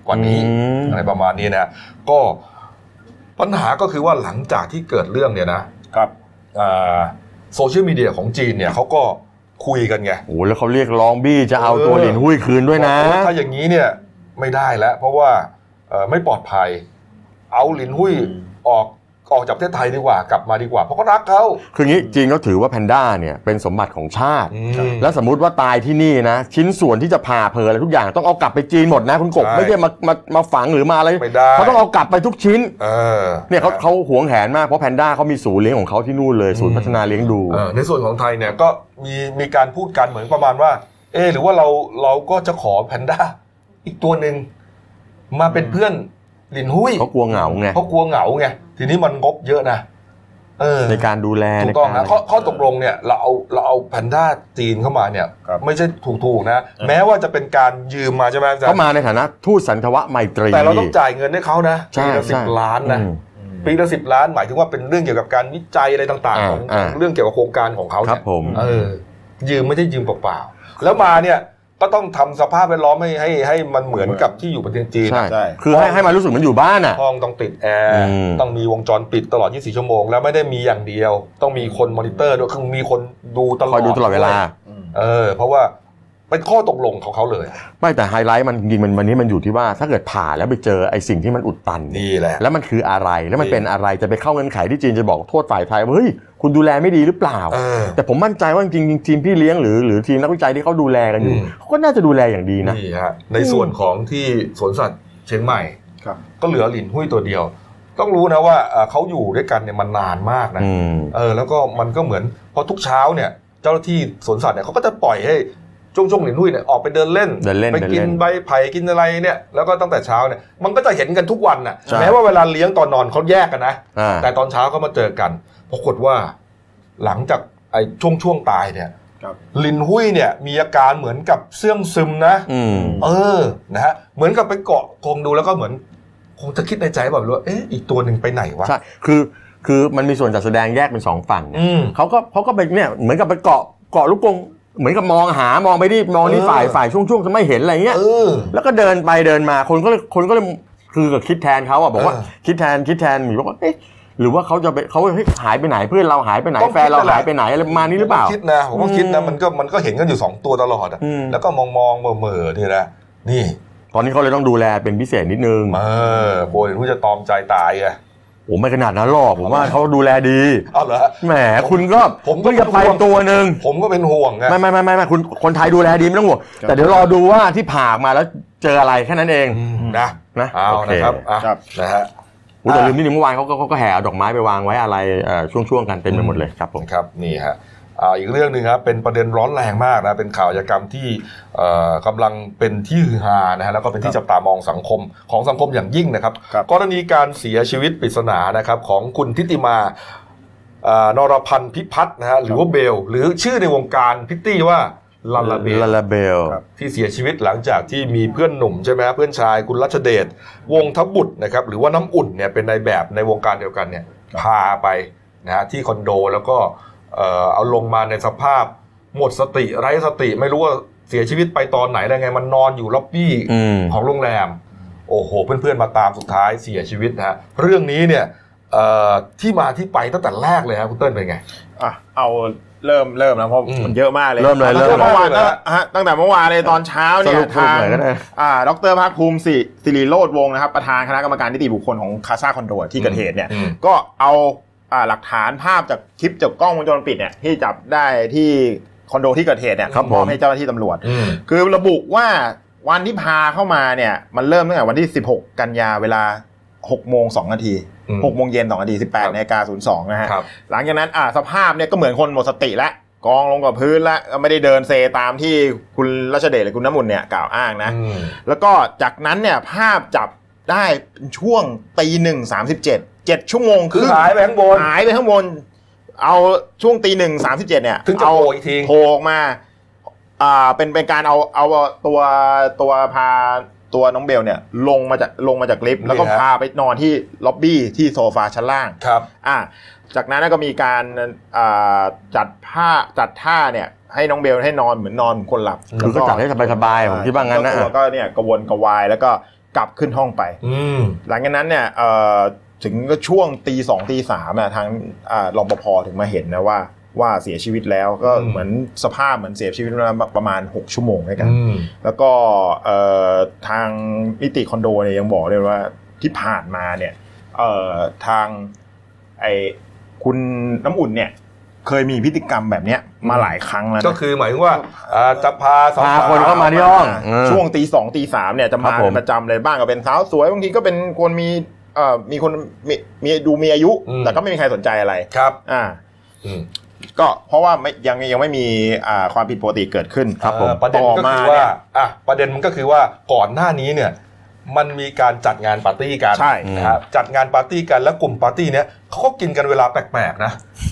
Speaker 1: กว่านี้
Speaker 2: อืม
Speaker 1: อะไรประมาณนี้นะก็ปัญหาก็คือว่าหลังจากที่เกิดเรื่องเนี่ยนะครับ โซเชียลมีเดียของจีนเนี่ยเขาก็คุยกันไง
Speaker 2: โอ้โหแล้วเขาเรียกร้องบี้จะเอาตัว
Speaker 1: เออ
Speaker 2: หลินหุ้ยคืนด้วยนะ
Speaker 1: บอกว่าถ้าอย่างนี้เนี่ยไม่ได้แล้ว เพราะว่าเอ่อไม่ปลอดภัย เอาหลินหุ้ย
Speaker 3: อืม
Speaker 1: ออกออกจากประเทศไทยดีกว่ากลับมาดีกว่าเพราะก็รักเขา
Speaker 2: คืองี้จีนเขาถือว่าแพนด้าเนี่ยเป็นสมบัติของชาติ
Speaker 1: แล้
Speaker 2: แล้ว วสมมติว่าตายที่นี่นะ ชิ้นส่วนที่จะผ่าเพลอะไรทุกอย่างต้องเอากลับไปจีนหมดนะคุณกบ
Speaker 1: ใช่
Speaker 2: ไม่ใช่มามามาฝังหรือมาอะไร
Speaker 1: ไม่ได้
Speaker 2: เขาต้องเอากลับไปทุกชิ้น
Speaker 1: เออ
Speaker 2: เนี่ยเขาเขาหวงแหนมากเพราะแพนด้าเขามีศูนย์เลี้ยงของเขาที่นู่นเลยศูนย์พัฒนาเลี้ยงดู
Speaker 1: เออในส่วนของไทยเนี่ยก็มีมีการพูดกันเหมือนประมาณว่า เออหรือว่าเราเราก็จะขอแพนด้าอีกตัวหนึ่งมาเป็นเพื่อนหลินหุ้ย
Speaker 2: เขากลัวเหงาไง
Speaker 1: เพราะกลัวเหงาไงทีนี้มันงบเยอะนะเออ
Speaker 2: ในการดูแล
Speaker 1: ถู
Speaker 2: ใน
Speaker 1: กต้อง
Speaker 2: การ
Speaker 1: นะข้อข้อตกลงเนี่ยเราเอาเราเอาแพนด้าจีนเข้ามาเนี่ย
Speaker 3: ครับ
Speaker 1: ไม่ใช่ถูกๆนะ
Speaker 3: อืม
Speaker 1: แม้ว่าจะเป็นการยืมมาใช่ไหมอาจาร
Speaker 2: เขา
Speaker 1: ย์
Speaker 2: มาในฐานะทูตสันทวะไมตรี
Speaker 1: แต่เราต้องจ่ายเงินให้เขานะ
Speaker 2: ใช่
Speaker 1: ปีละสิบ
Speaker 2: ใช่
Speaker 1: ล้านนะ
Speaker 2: อืม
Speaker 1: ปีละสิบล้านหมายถึงว่าเป็นเรื่องเกี่ยวกับการวิจัยอะไรต่างๆ
Speaker 2: อ่า
Speaker 1: ของ
Speaker 2: อ่า
Speaker 1: เรื่องเกี่ยวกับโครงการของเขา
Speaker 2: ครั
Speaker 1: เนี่
Speaker 2: บ
Speaker 1: ย
Speaker 2: ผม
Speaker 1: เออ ยืมไม่ใช่ยืมเปล่าๆแล้วมาเนี่ยก็ต้องทำสภาพแวดล้อมให้ให้ให้มันเหมือนกับที่อยู่ประเทศจีน
Speaker 2: ใช่
Speaker 1: นะ
Speaker 3: ใช่
Speaker 2: คือให้ให้มันรู้สึกเหมันอยู่บ้านอ่ะ
Speaker 1: ห้องต้องติดแอร์
Speaker 2: อืม
Speaker 1: ต้องมีวงจรปิดตลอด 24 ชั่วโมงแล้วไม่ได้มีอย่างเดียว ต้องมีคนมอนิเตอร์ด้วยคือมีคนดูตลอด
Speaker 2: คอยดูตลอดเวลา
Speaker 1: เออเพราะว่าเป็นข้อตกลงของเขาเลย
Speaker 2: ไม่แต่ไฮไลท์มันจริงๆมันวันนี้มันอยู่ที่ว่าถ้าเกิดผ่าแล้วไปเจอไอ้สิ่งที่มันอุดตัน
Speaker 1: นี่แหละ
Speaker 2: แล้วมันคืออะไรแล้วมัน
Speaker 1: นี่
Speaker 2: เป็นอะไรจะไปเข้าเงื่อนไขที่จีนจะบอกโทษฝ่ายไทยว่าเฮ้ยคุณดูแลไม่ดีหรือเปล่า
Speaker 1: เออ
Speaker 2: แต่ผมมั่นใจว่าจริงๆทีมพี่เลี้ยงหรือหรือทีมนักวิจัยที่เขาดูแลกันอยู่
Speaker 1: อืม
Speaker 2: เขาก็น่าจะดูแลอย่างดีนะ
Speaker 1: นี่ฮะในส่วนของที่สวนสัตว์เชียงใหม่
Speaker 3: ครับ
Speaker 1: ก็เหลือหลินหุ้ยตัวเดียว ต้องรู้นะว่าเอ่อเขาอยู่ด้วยกันเนี่ยมันนานมากนะ
Speaker 2: อืม
Speaker 1: เออแล้วก็มันก็เหมือนพอทุกเช้าเนี่ย เจ้าหน้าที่สวนสัตว์เนี่ยเขาก็จะปล่อยให้ช่วงช่วงๆหลินหุ้ยเนี่ยออกไปเดินเล่น
Speaker 2: เดินเล่น
Speaker 1: ไปกิ
Speaker 2: เดินเล่
Speaker 1: น
Speaker 2: น
Speaker 1: ใบไผ่กินอะไรเนี่ยแล้วก็ตั้งแต่เช้าเนี่ยมันก็จะเห็นกันทุกวันน่ะ
Speaker 2: ใช่
Speaker 1: แม้ว่าเวลาเลี้ยงตอนนอนเขาแยกกันนะ
Speaker 2: อ่า
Speaker 1: แต่ตอนเช้าก็มาเจอกัน ปรากฏว่าหลังจากไอ้ช่วงช่วงๆตายเนี่ย
Speaker 3: ครับ
Speaker 1: ลินหุ้ยเนี่ยมีอาการเหมือนกับเสื่องซึมนะ
Speaker 2: อืม
Speaker 1: เออ นะฮะ เหมือนกับไปเกาะคงดูแล้วก็เหมือน คงจะคิดในใจแบบว่า เอ๊ะ อีกตัวหนึ่งไปไหนวะ
Speaker 2: ใช่ คือ คือมันมีส่วนจัดแสดงแยกเป็นสองฝั่ง
Speaker 1: อืม
Speaker 2: เขาก็เขาก็ไปเนี่ย เหมือนกับไปเกาะ เกาะลูกกรงเหมือนกับมองหา มองไปที่ มองที่
Speaker 1: เออ
Speaker 2: ฝ่าย ฝ่ายช่วงช่วงจะไม่เห็นอะไรเงี้ย
Speaker 1: เออ
Speaker 2: แล้วก็เดินไปเดินมา คนก็เลย คนก็เลย คือกับคิดแทนเขาอ่ะ บอกว่า
Speaker 1: เออ
Speaker 2: คิดแทน คิดแทนหมีบอกว่าเอ๊ะหรือว่าเขาจะไปเขาเฮ้ยหายไปไหน เพื่อนเราหายไปไหน
Speaker 1: ต้องคิด
Speaker 2: แฟนเรา
Speaker 1: นั่นแหละ
Speaker 2: หายไปไหนอะไรประมาณนี้หรือเปล่า
Speaker 1: ผมก็คิดนะ ผมก็คิดนะ
Speaker 2: อืม
Speaker 1: มันก็มันก็เห็นกันอยู่สองตัวตลอดอะ
Speaker 2: อืม
Speaker 1: แล้วก็มองมองๆเหม่อเหม่อๆนี่นะนี่
Speaker 2: ตอนนี้เขาเลยต้องดูแลเป็นพิเศษนิดนึง
Speaker 1: เออโบลินหุ้ยจะตอมใจตายไง
Speaker 2: โอ้ไม่ขนาดนั้นหรอก ผมว่าเขาดูแลดี
Speaker 1: เอาเหรอ
Speaker 2: แหม คุณก็
Speaker 1: ผมก็
Speaker 2: เพิ่งจะ
Speaker 1: เป็
Speaker 2: ไป
Speaker 1: นห่วง
Speaker 2: ตัวหนึ่ง
Speaker 1: ผมก็เป็นห่วงไง
Speaker 2: ไม่ไม่ไม่ไม่ไม่คุณคนไทยดูแลดีไม่ต้องห่วงแต่เดี๋ยวรอดูว่าที่ผ่ามาแล้วเจออะไรแค่นั้นเอง
Speaker 1: อืมนะ
Speaker 2: นะ
Speaker 1: เอา
Speaker 2: โอเค
Speaker 1: นะครับอ่ะ
Speaker 3: ครับ
Speaker 1: นะฮะ
Speaker 2: อุ๊ยแต่ลืมนิดนึงเมื่อวานเขาก็เขาก็แห่เอาดอกไม้ไปวางไว้อะไรเอ่อช่วงๆกันเต็มไปหมดเลยครับผม
Speaker 1: นะครับนี่ฮะอ่าอีกเรื่องหนึ่งครับเป็นประเด็นร้อนแรงมากนะเป็นข่าวอาชญากรรมที่เอ่อกำลังเป็นที่ฮือฮานะฮะแล้วก็เป็นที่จับตามองสังคมของสังคมอย่างยิ่งนะครับ
Speaker 3: ครับ
Speaker 1: กรณีการเสียชีวิตปริศนานะครับของคุณทิติมาเอ่อนรพันธ์พิพัฒน์นะฮะหรือว่าเบล หรือชื่อในวงการพิตตี้ว่าลาลาเบล
Speaker 2: ลาลาเบล
Speaker 3: ครับ
Speaker 1: ที่เสียชีวิตหลังจากที่มีเพื่อนหนุ่มใช่ไหมฮะเพื่อนชายคุณรัชเดชวงทบุตรนะครับหรือว่าน้ำอุ่นเนี่ยเป็นนายแบบในวงการเดียวกันเนี่ยพาไปนะฮะที่คอนโดแล้วก็เอ่อเอาลงมาในสภาพ หมดสติไร้สติไม่รู้ว่าเสียชีวิตไปตอนไหนได้ไง มันนอนอยู่ล็อบบี้
Speaker 2: อืม
Speaker 1: ของโรงแรม โอ้โห เพื่อนๆมาตามสุดท้ายเสียชีวิตนะฮะเรื่องนี้เนี่ยเอ่อที่มาที่ไปตั้งแต่แรกเลยครับคุณเติ้ลเป็นไง
Speaker 5: อ่ะเอาเริ่มเริ่มนะเพราะ
Speaker 1: อืม
Speaker 5: มันเยอะมากเลย
Speaker 2: เริ่มเลย
Speaker 5: ตั้งแต่
Speaker 2: เริ่มเลย
Speaker 5: เมื่อวาน
Speaker 1: เริ่มเลย
Speaker 5: นะฮะตั้งแต่เมื่อวานเลยตอนเช้า
Speaker 2: ส
Speaker 5: เนี่
Speaker 2: รุปรู
Speaker 5: ย
Speaker 2: ป
Speaker 5: ทาง
Speaker 2: หน่อยก็ได้
Speaker 5: อ่าดรภาคภูมิสิสิริโรดวงศ์นะครับประธานคณะกรรมการนิติบุคคลของคาซาคอนโดที่เกิดเหตุเนี่ย
Speaker 1: อืม
Speaker 5: ก็เอาอ่าหลักฐานภาพจากคลิปจากกล้องวงจรปิดเนี่ยที่จับได้ที่คอนโดที่เกิดเหตุเนี่ย
Speaker 2: ครับผม
Speaker 5: มอบให้เจ้าหน้าที่ตำรวจ
Speaker 1: อืม
Speaker 5: คือระบุว่าวันที่พาเข้ามาเนี่ยมันเริ่มตั้งแต่วันที่ 16 กันยาเวลา6โมง2นาที
Speaker 1: อืม
Speaker 5: 6โมงเย็น2นาที
Speaker 1: ครับ
Speaker 5: 18นาฬิกา02นะฮะ
Speaker 1: ครับ
Speaker 5: หลังจากนั้นอ่าสภาพเนี่ยก็เหมือนคนหมดสติแล้วกองลงกับพื้นแล้วก็ไม่ได้เดินเซตามที่คุณรัชเดชหรือคุณน้ำมนต์เนี่ยกล่าวอ้างนะ
Speaker 1: อืม
Speaker 5: แล้วก็จากนั้นเนี่ยภาพจับได้ช่วงตีหนึ่งสามสิบเจ็ดเจ็ดชั่วโมง
Speaker 1: คือ
Speaker 5: รึ่ง
Speaker 1: หายไปข้างบน
Speaker 5: หายไปข้างบน เอาช่วงตีหนึ่งสามสิบเจ็ดเนี่ย
Speaker 1: ถึงจะ
Speaker 5: เอา
Speaker 1: โผล่อีกที
Speaker 5: โผล่ออกมาอ่าเป็นเป็นการเอาเอาตัวตัวพาตัวน้องเบลเนี่ยลงมาจากลงมาจากลิฟต์แล้วก็พาไปนอนที่ล็อบบี้ที่โซฟาชั้นล่าง
Speaker 1: ครับ
Speaker 5: อ่ะจากนั้นก็มีการอ่าจัดผ้าจัดท่าเนี่ยให้น้องเบลให้นอนเหมือนนอนเหมือนคนหลับ
Speaker 2: คือก็จัดให้สบายๆผมคิดว่างั้นนะ
Speaker 5: เจ้ตัวก็เนี่ยกระวนกระวายแล้วก็ กลับขึ้นห้องไป
Speaker 1: อืม
Speaker 5: หลังจากนั้นเนี่ยเอ่อถึงก็ช่วงตีสองตีสามอะทางอ่ารปภถึงมาเห็นนะว่าว่าเสียชีวิตแล้วก็
Speaker 1: อืม
Speaker 5: เหมือนสภาพเหมือนเสียชีวิตมาประมาณ 6 ชั่วโมงด้วยกัน
Speaker 1: อืม
Speaker 5: แล้วก็เอ่อทางนิติคอนโดเนี่ยยังบอกเลยว่าที่ผ่านมาเนี่ยเอ่อทางไอคุณน้ำอุ่นเนี่ยเคยมีพฤติกรรมแบบเนี้ยมาหลายครั้งแล้วนะ
Speaker 1: ก็คือหมายถึงว่าอ่าจะพาสาว
Speaker 2: พา
Speaker 1: ๆ
Speaker 2: คนเข้ามาที่ห้องเออ
Speaker 5: ช่วงตีสองตีสามเนี่ยจะ
Speaker 2: ครั
Speaker 5: มา
Speaker 2: บผม
Speaker 5: เป็นประจำเลยบ้างก็เป็นสาวสวยบางทีก็เป็นคนมีเอ่อมีคนมีมีดูมีอายุ แต่ก็ไม่มีใครสนใจอะไร
Speaker 1: ครับ
Speaker 5: อ่า
Speaker 1: อืม
Speaker 5: ก็เพราะว่าไม่ยังยังไม่มีอ่าความผิดปกติเกิดขึ้น
Speaker 2: ครับผม
Speaker 1: เอ่อประเด็นก็
Speaker 5: ต่อมา
Speaker 1: คือ
Speaker 5: เนี่
Speaker 1: ว่าย อ่ะประเด็นมันก็คือว่าก่อนหน้านี้เนี่ย มันมีการจัดงานปาร์ตี้กัน
Speaker 5: ใช่
Speaker 2: อืม
Speaker 1: นะครับจัดงานปาร์ตี้กันแล้วกลุ่มปาร์ตี้เนี้ยเขาก็กินกันเวลาแปลกๆนะ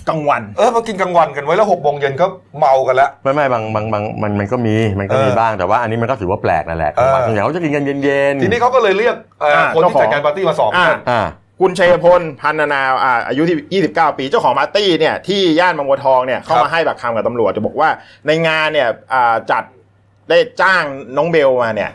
Speaker 5: กลางวัน
Speaker 1: เออมากินกลางวันกันไว้แล้วหกโมงเย็นก็เมากันแล้ว
Speaker 2: ไม่ไม่บางบางบางมันมันก็มีมันก็มี
Speaker 1: เออ
Speaker 2: บ้างแต่ว่าอันนี้มันก็ถือว่าแปลกนั่นแหละ
Speaker 1: เออ
Speaker 2: บางอย่างเขาจะกินกันเย็นๆ
Speaker 1: ทีนี้เขาก็เลยเรียกเอ่อ
Speaker 5: อ่า
Speaker 1: คนที่
Speaker 5: เจ้าของ
Speaker 1: จัดงานปาร์ตี้มาสอบ
Speaker 5: อ่า
Speaker 2: อ่า
Speaker 5: คุณชัยพลพันนานาอ่าอายุที่29 ปีเจ้าของปาร์ตี้เนี่ยที่ย่านบางบัวทองเนี่ยเข้ามาให้ปากคำกับตำรวจจะบอกว่าในงานเนี่ยอ่าจัดได้จ้างน้องเบลมาเนี่ย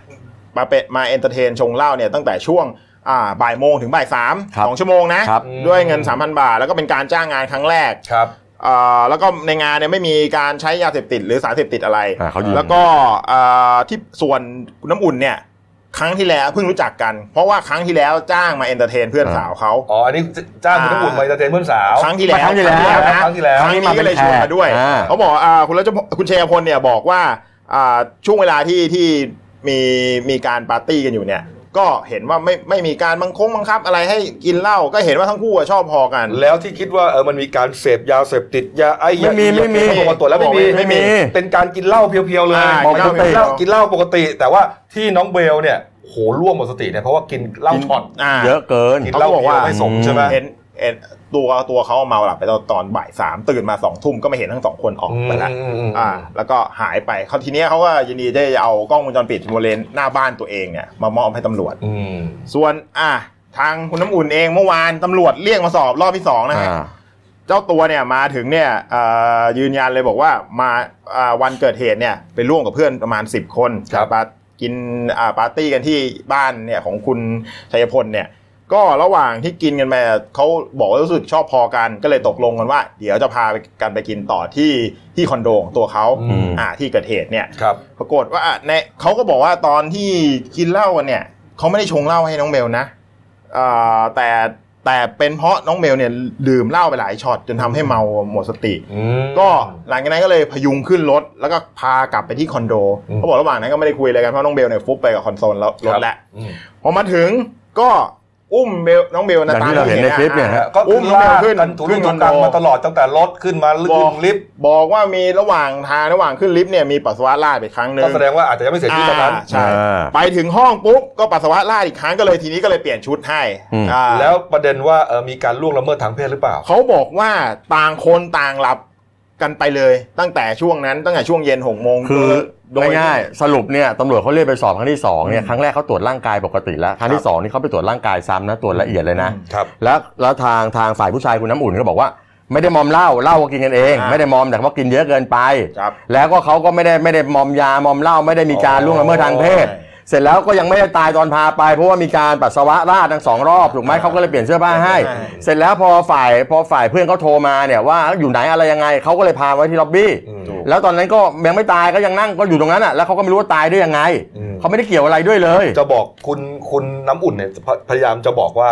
Speaker 5: มาเป็นมาเอนเตอร์เทนชงเหล้าเนี่ยตั้งแต่ช่วงอ่าบ่ายโมงถึงบ่ายสาม
Speaker 2: ครับ
Speaker 5: สองชั่วโมงนะ
Speaker 2: ครับ
Speaker 5: ด้วยเงิน 3,000 บาท แล้วก็เป็นการจ้างงานครั้งแรก
Speaker 1: ครับ
Speaker 5: อ่าแล้วก็ในงานเนี่ยไม่มีการใช้ยาเสพติดหรือสารเสพติดอะไร
Speaker 2: อ่าเขายิง
Speaker 5: แล้วก็อ่าที่ส่วนน้ำอุ่นเนี่ยครั้งที่แล้วเพิ่งรู้จักกัน เพราะว่าครั้งที่แล้วจ้างมาเอนเตอร์เทนเพื่อนสาวเขา
Speaker 1: อ๋อ อันนี้จ้างคุณน้ำอุ่นมาเอนเตอร์เทนเพื่อนสาว
Speaker 5: ครั้งที่แล้ว
Speaker 2: ครั้งที่แล้ว
Speaker 5: นะ
Speaker 1: ครั้งที่แล้ว
Speaker 5: ครั้งนี้ก็เลยชวนมาด้วย
Speaker 2: อ่า
Speaker 5: เขาบอกอ่าคุณรัชพลคุณเชยพลเนี่ยบอกว่าอ่าช่วงเวลาที่ที่มีมีการปาร์ตี้กันอยู่เนี่ย ก็เห็นว่าไม่ไม่มีการบังคงบังคับอะไรให้กินเหล้าก็เห็นว่าทั้งคู่อะชอบพอกัน
Speaker 1: แล้วที่คิดว่าเออมันมีการเสพยาเสพติดยาไอ้ยา
Speaker 2: ไม่มีไม่มี
Speaker 1: ปกติแล้วไม่มี
Speaker 5: ไม่มี
Speaker 1: เป็นการกินเหล้าเพียวๆเลย
Speaker 5: อ่า
Speaker 2: ปก
Speaker 1: กิน
Speaker 2: ติ
Speaker 1: เหล้ากินเหล้าปกติ แต่ว่าที่น้องเบลเนี่ยโหร่วมหมดสติเนี่ยเพราะว่ากินเหล้าช็อต
Speaker 5: า
Speaker 2: เยอะเกิน
Speaker 1: กินเหล้า
Speaker 5: เขาบอก
Speaker 1: เพีย
Speaker 5: ว่า
Speaker 1: วไม่สมใช่ไหม
Speaker 5: เห็นเห็นตัวตัวเขาเมาหลับไปตอนตอนบ่ายสามตื่นมาสองทุ่มก็ไม่เห็นทั้งสองคนออกไปละ
Speaker 1: อืมอืมอืม
Speaker 5: อ่า แล้วก็หายไปเขาทีเนี้ยเขาก็ยินดีที่จะเอากล้องวงจรปิดบริเวณหน้าบ้านตัวเองเนี่ยมามอบให้ตำรวจ
Speaker 1: อืม
Speaker 5: ส่วนอ่ะทางคุณน้ำอุ่นเองเมื่อวานตำรวจเรียกมาสอบรอบที่สองนะฮะ
Speaker 2: อ่า
Speaker 5: เจ้าตัวเนี่ยมาถึงเนี่ยเอ่อยืนยันเลยบอกว่ามาอ่าวันเกิดเหตุเนี่ยไปร่วมกับเพื่อนประมาณ 10 คน
Speaker 1: ครับ
Speaker 5: ปากินอ่าปาร์ตี้กันที่บ้านเนี่ยของคุณชัยพลเนี่ย ก็ระหว่างที่กินกันไปเขาบอกว่ารู้สึกชอบพอกันก็เลยตกลงกันว่า เดี๋ยวจะพาไปกันไปกินต่อที่ที่คอนโดของตัวเขา
Speaker 2: อืม
Speaker 5: อ่าที่เกิดเหตุเนี่ย
Speaker 1: ครับ
Speaker 5: ปรากฏว่าในเขาก็บอกว่าตอนที่กินเหล้ากันเนี่ยเขาไม่ได้ชงเหล้าให้น้องเบลนะอ่าแต่แต่เป็นเพราะน้องเบลเนี่ยดื่มเหล้าไปหลายช็อตจนทำให้เมาหมดสติ
Speaker 1: อืม
Speaker 5: ก็หลังจากนั้นก็เลยพยุงขึ้นรถ แล้วก็พากลับไปที่คอนโด
Speaker 1: อืม
Speaker 5: เขาบอกระหว่างนั้นก็ไม่ได้คุยอะไรกันเพราะน้องเบลเนี่ยฟุบไปกับคอนโซลแล้วรถแล้ว
Speaker 1: อืม
Speaker 5: พอมาถึงก็อุ้มเบลน้องเบลนะ
Speaker 2: อย่างที่เราเห็นในคลิปเนี่ยฮะ
Speaker 1: ก็
Speaker 5: อุ้มน้อง
Speaker 1: ลาก
Speaker 5: เบลขึ้น
Speaker 1: กันถู
Speaker 5: ขึ้นค
Speaker 1: ถู
Speaker 5: อนโด
Speaker 1: กันมาตลอดตั้งแต่รถขึ้นมาลึก
Speaker 5: บอก
Speaker 1: ลิฟต์
Speaker 5: บอกว่ามีระหว่างทางระหว่างขึ้นลิฟต์เนี่ยมีปัสสาวะราดไปครั้งหนึ่ง
Speaker 1: ก็แสดงว่าอาจจะยังไม่เสียชีวิตตอนนั้น
Speaker 5: อ่าใช่
Speaker 2: อ่า
Speaker 5: ไปถึงห้องปุ๊บก็ปัสสาวะราดอีกครั้งก็เลยทีนี้ก็เลยเปลี่ยนชุดให้
Speaker 2: อืม
Speaker 5: อ่า
Speaker 1: แล้วประเด็นว่าเออมีการล่วงละเมิดทางเพศหรือเปล่า
Speaker 5: เขาบอกว่าต่างคนต่างหลับกันไปเลย ตั้งแต่ช่วงนั้นตั้งแต่ช่วงเย็นหกโมง
Speaker 2: คือ
Speaker 5: โดย
Speaker 2: ง่ายๆสรุปเนี่ยตำรวจเขาเรียกไปสอบครั้งที่สองเนี่ยครั้งแรกเขาตรวจร่างกายปกติแล้วครั้งที่สองนี่เขาไปตรวจร่างกายซ้ำนะตรวจละเอียดเลยนะ
Speaker 1: ครับ
Speaker 2: แล้วแล้วทางทางฝ่ายผู้ชายคุณน้ำอุ่นก็บอกว่า ไม่ได้มอมเหล้าเหล้าก็กินกันเอง
Speaker 5: อ่า
Speaker 2: ไม่ได้มอมแต่ว่ากินเยอะเกินไป
Speaker 5: ครับ
Speaker 2: แล้วก็เขาก็ไม่ได้ไม่ได้มอมยามอมเหล้าไม่ได้มีการ
Speaker 1: อ๋อ
Speaker 2: ล่วงละเมิดทางเพศ
Speaker 5: ใช่
Speaker 2: เสร็จแล้วก็ยังไม่ได้ตายตอนพาไป เพราะว่ามีการปัสสาวะราดทั้งสองรอบถูกไหมเขาก็เลยเปลี่ยนเสื้อผ้าให้ เสร็จแล้วพอฝ่ายพอฝ่ายเพื่อนเขาโทรมาเนี่ยว่าอยู่ไหนอะไรยังไงเขาก็เลยพาไว้ที่ล็อบบี้
Speaker 1: อืม
Speaker 2: แล้วตอนนั้นก็ยังไม่ตายก็ยังนั่งก็อยู่ตรงนั้นอ่ะแล้วเขาก็ไม่รู้ว่าตายด้วยยังไง
Speaker 1: อืม
Speaker 2: เขาไม่ได้เกี่ยวอะไรด้วยเลย
Speaker 1: จะบอกคุณคุณน้ำอุ่นเนี่ยพพยายามจะบอกว่า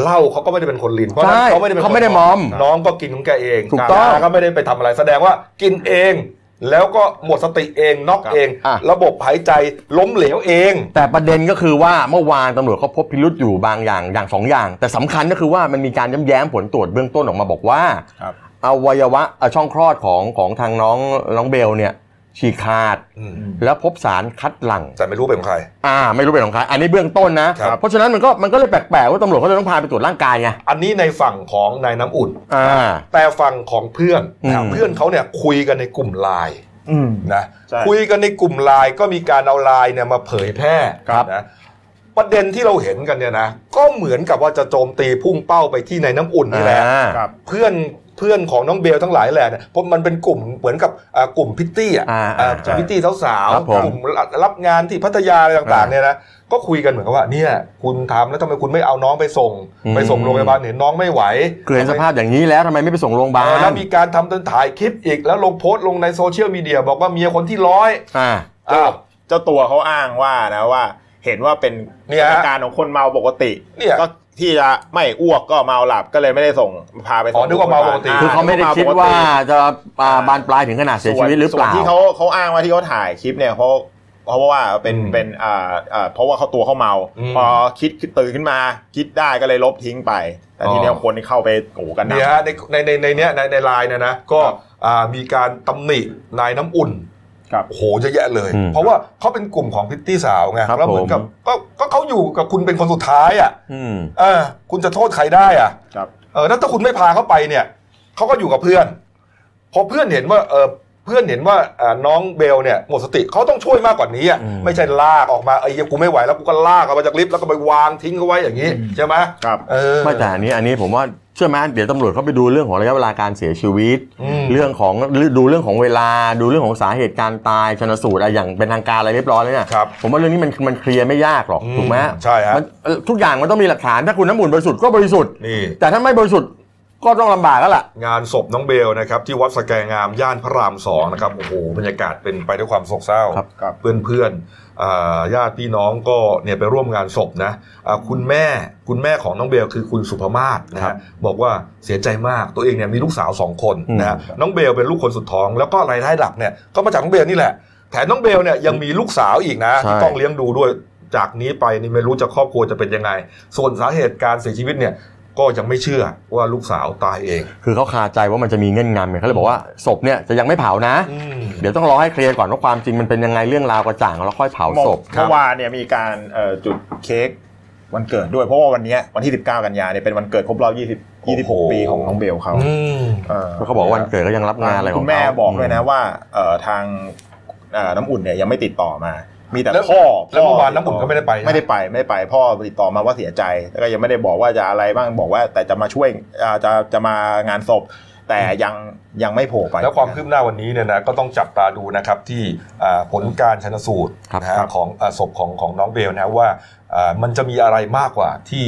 Speaker 1: เหล้าเขาก็ไม่ได้เป็นคนลินเพราะฉะนั้น
Speaker 2: ใช่
Speaker 1: เขาไม่ได้เป็นคน
Speaker 2: เขาไม่ได้มอม
Speaker 1: น้องก็กินของแกเอง
Speaker 2: ถูกต้อง
Speaker 1: าก็ไม่ได้ไปทำอะไรแสดงว่ากินเอง แล้วก็หมดสติเองน็อกเอง
Speaker 2: อ่ะ
Speaker 1: ระบบหายใจล้มเหลวเอง
Speaker 2: แต่ประเด็นก็คือว่าเมื่อวานตำรวจเขาพบพิรุษอยู่บางอย่างอย่างสองอย่าง แต่สำคัญก็คือว่ามันมีการย้ำแย้มผลตรวจเบื้องต้นออกมาบอกว่า
Speaker 5: ครับ
Speaker 2: อวัยวะเอ่อช่องคลอดของของทางน้องน้องเบลเนี่ยฉีกขาด
Speaker 1: อืม
Speaker 2: แล้วพบสารคัดหลัง่ง
Speaker 1: แต่ไม่รู้เป็นของใคร
Speaker 2: อ่าไม่รู้เป็นของใครอันนี้เบื้องต้นนะ
Speaker 1: ครับ
Speaker 2: เพราะฉะนั้นมันก็มันก็เลยแปลกๆว่าตำรวจเขาจะต้องพาไปตรวจร่างกายไง
Speaker 1: อันนี้ในฝั่งของนายน้ำอุ่น
Speaker 2: อ่า
Speaker 1: แต่ฝั่งของเพื่อน
Speaker 2: อืม
Speaker 1: เพื่อนเขาเนี่ยคุยกันในกลุ่มไลน์
Speaker 5: อืม
Speaker 1: นะ
Speaker 5: ใช่
Speaker 1: คุยกันในกลุ่มไลน์ก็มีการเอาไลน์เนี่ยมาเผยแพร่
Speaker 2: ครับ
Speaker 1: นะประเด็นที่เราเห็นกันเนี่ยนะก็เหมือนกับว่าจะโจมตีพุ่งเป้าไปที่นายน้ำอุ่นนี่แหละ
Speaker 2: อ่า
Speaker 5: ครับ
Speaker 1: เพื่อน เพื่อนของน้องเบลทั้งหลายแหล่เนี่ยเพราะมันเป็นกลุ่มเหมือนกับอ่ากลุ่มพิตตี้อ่ะ
Speaker 2: อ่า
Speaker 1: อ่า
Speaker 2: ใช่
Speaker 1: พิตตี้สาว
Speaker 2: ครับผม
Speaker 1: ๆกลุ่มรับงานที่พัทยาอะไรต่างๆ
Speaker 2: อ่า
Speaker 1: เนี่ยนะก็คุยกันเหมือนกับว่าเนี่ยคุณทำแล้วทำไมคุณไม่เอาน้องไปส่ง
Speaker 2: อืม
Speaker 1: ไปส่งโรงพยาบาลเห็นน้องไม่ไหว
Speaker 2: เกลียนสภาพอย่างนี้แล้วทำไมไม่ไปส่งโรงพยาบา
Speaker 1: เออแล้
Speaker 2: ล
Speaker 1: วมีการทำต้นถ่ายคลิปอีกแล้วลงโพสต์ลงในโซเชียลมีเดียบอกว่าเมียคนที่ร้อย
Speaker 2: อ่า
Speaker 1: อ้าว
Speaker 5: เจ้าตัวเขาอ้างว่านะว่า เห็นว่าเป็น
Speaker 1: เนี่ยฮะ
Speaker 5: อาการของคนเมาปกติ
Speaker 1: เนี่ย
Speaker 5: ก็ที่จะไม่อ้วกก็เมาหลับก็เลยไม่ได้ส่งพาไปส่
Speaker 1: อ๋
Speaker 5: ง
Speaker 1: อนึกว่าเมาปกติ
Speaker 5: โรงพยบล
Speaker 2: คือเขาไม่ได้คิดว่าจะอ่าบานปลายถึงขนาดเสียชีวิตหรือเป
Speaker 5: ส่วน
Speaker 2: ล่า
Speaker 5: ที่เขาเขาอ้างว่าที่เขาถ่ายคลิปเนี่ยเพราะเพราะว่าเป็น
Speaker 1: อืม
Speaker 5: เป็นอ่าอ่าเพราะว่าเขาตัวเขาเมา
Speaker 1: อืม
Speaker 5: พอคิดตื่นขึ้นมา คิดได้ก็เลยลบทิ้งไป แต่ทีเนี้ย
Speaker 1: อ๋อ
Speaker 5: คนที่เข้าไปโอ้โหกันหนั
Speaker 1: เนี่ย
Speaker 5: ก
Speaker 1: ฮะในในในในเนี้ยในในไลน์เนี่ยนะก็
Speaker 5: ครับ
Speaker 1: อ่ามีการตำหนินายน้ำอุ่น
Speaker 5: ครับ
Speaker 1: โอ้โหเยอะแยะเลย
Speaker 2: อืม
Speaker 1: เพราะว่าเขาเป็นกลุ่มของพิตตี้สาวไง
Speaker 2: ครับ
Speaker 1: แล้วเหมือนกับ
Speaker 2: ผม
Speaker 1: ก็ก็เขาอยู่กับคุณเป็นคนสุดท้ายอ่ะ
Speaker 2: อืม
Speaker 1: เออคุณจะโทษใครได้อ่ะ
Speaker 5: ครับ
Speaker 1: เออแล้วถ้าคุณไม่พาเขาไปเนี่ยเขาก็อยู่กับเพื่อนพอเพื่อนเห็นว่าเออเพื่อนเห็นว่าอ่าน้องเบลเนี่ยหมดสติเขาต้องช่วยมากกว่านี้อ่ะ
Speaker 2: อืม
Speaker 1: ไม่ใช่ลากออกมาไอ้ยกูไม่ไหวแล้วกูก็ลากออกมาจากลิฟต์แล้วก็ไปวางทิ้งเขาไว้อย่างนี้ใช่ไหม
Speaker 5: ครับ
Speaker 1: เออ
Speaker 2: ไม่แต่อันนี้อันนี้ผมว่าเชื่อไหมเดี๋ยวตำรวจเขาไปดูเรื่องของระยะเวลาการเสียชีวิต
Speaker 1: อืม
Speaker 2: เรื่องของดูเรื่องของเวลาดูเรื่องของสาเหตุการตายชนสูตรอะไรอย่างเป็นทางการอะไรเรียบร้อยแล้วเนี่ย
Speaker 1: ครับ
Speaker 2: ผมว่าเรื่องนี้มันมันเคลียร์ไม่ยากหรอก
Speaker 1: อืม
Speaker 2: ถูกไหม
Speaker 1: ใช่ฮะ
Speaker 2: มันเอ่อทุกอย่างมันต้องมีหลักฐานถ้าคุณน้ำบุญบริสุทธิ์ก็บริสุทธิ์
Speaker 1: นี่
Speaker 2: แต่ถ้าไม่บริสุทธิ์ก็ต้องลำบากแล้วล่ะ
Speaker 1: งานศพน้องเบลนะครับที่วัดสแกงามย่านพระรามสองนะครับโอ้โหบรรยากาศเป็นไปด้วยความโศกเศร้า
Speaker 2: ครับ
Speaker 5: ครับ
Speaker 1: เพื่อนเพื่อนๆอ่าญาติพี่น้องก็เนี่ยไปร่วมงานศพนะอ่าคุณแม่คุณแม่ของน้องเบลคือคุณสุภมาศนะ
Speaker 2: ครั
Speaker 1: ฮะ
Speaker 2: บ
Speaker 1: บอกว่าเสียใจมากตัวเองเนี่ยมีลูกสาวสองคนนะฮะ
Speaker 2: อืมครับ
Speaker 1: น้องเบลเป็นลูกคนสุดท้อง แล้วก็รายได้หลักเนี่ยก็มาจากน้องเบลนี่แหละแถมน้องเบลเนี่ยยังมีลูกสาวอีกนะที่ต้องเลี้ยงดูด้วยจากนี้ไปนี่ไม่รู้จะครอบครัวจะเป็นยังไง ส่วนสาเหตุการเสียชีวิตเนี่ยก็ยังไม่เชื่อว่าลูกสาวตายเอง
Speaker 2: คือเขาคาใจว่ามันจะมีเงื่อนงำไงเขาเลยบอกว่าศพเนี่ยจะยังไม่เผานะ
Speaker 1: อืม
Speaker 2: เดี๋ยวต้องรอให้เคลียร์ก่อนว่าความจริงมันเป็นยังไงเรื่องราวกระจ่างแล้วค่อยเผาศพ
Speaker 1: ครับ
Speaker 5: เมื่อวานเนี่ยมีการเอ่อจุดเค้กวันเกิดด้วยเพราะว่าวันเนี้ยวันที่ 19 กันยาเนี่ยเป็นวันเกิดครบรอบ20 26 ปีของน้องเบลเขา
Speaker 1: อืม
Speaker 5: เอ่อ
Speaker 2: เขาบอกวันเกิดก็ยังรับงานอะไรของเขา
Speaker 5: คุณแม่บอกด้วยนะ
Speaker 2: อืม
Speaker 5: ว่าเอ่อทางเอ่อน้ำอุ่นเนี่ยยังไม่ติดต่อมา มีแต่
Speaker 1: แล้ว
Speaker 5: พ่อ
Speaker 1: แล้วเมื่อวาน
Speaker 5: พ่
Speaker 1: น้ำอุ่นก็ไม่ได้ไปนะ
Speaker 5: ไม่ได้ไปไม่ได้ไปพ่อติดต่อมาว่าเสียใจแล้วก็ยังไม่ได้บอกว่าจะอะไรบ้างบอกว่า แต่จะมาช่วยอ่าจะจะมางานศพ แต่ยังยังไม่โผล่ไป
Speaker 1: แล้วความคืบหน้าวันนี้เนี่ยนะก็ต้องจับตาดูนะครับที่อ่าผลการชนสูตร
Speaker 2: ครับ
Speaker 1: นะฮะ
Speaker 2: ครับ
Speaker 1: ของอ่าศพของของน้องเบลนะว่าอ่ามันจะมีอะไรมากกว่าที่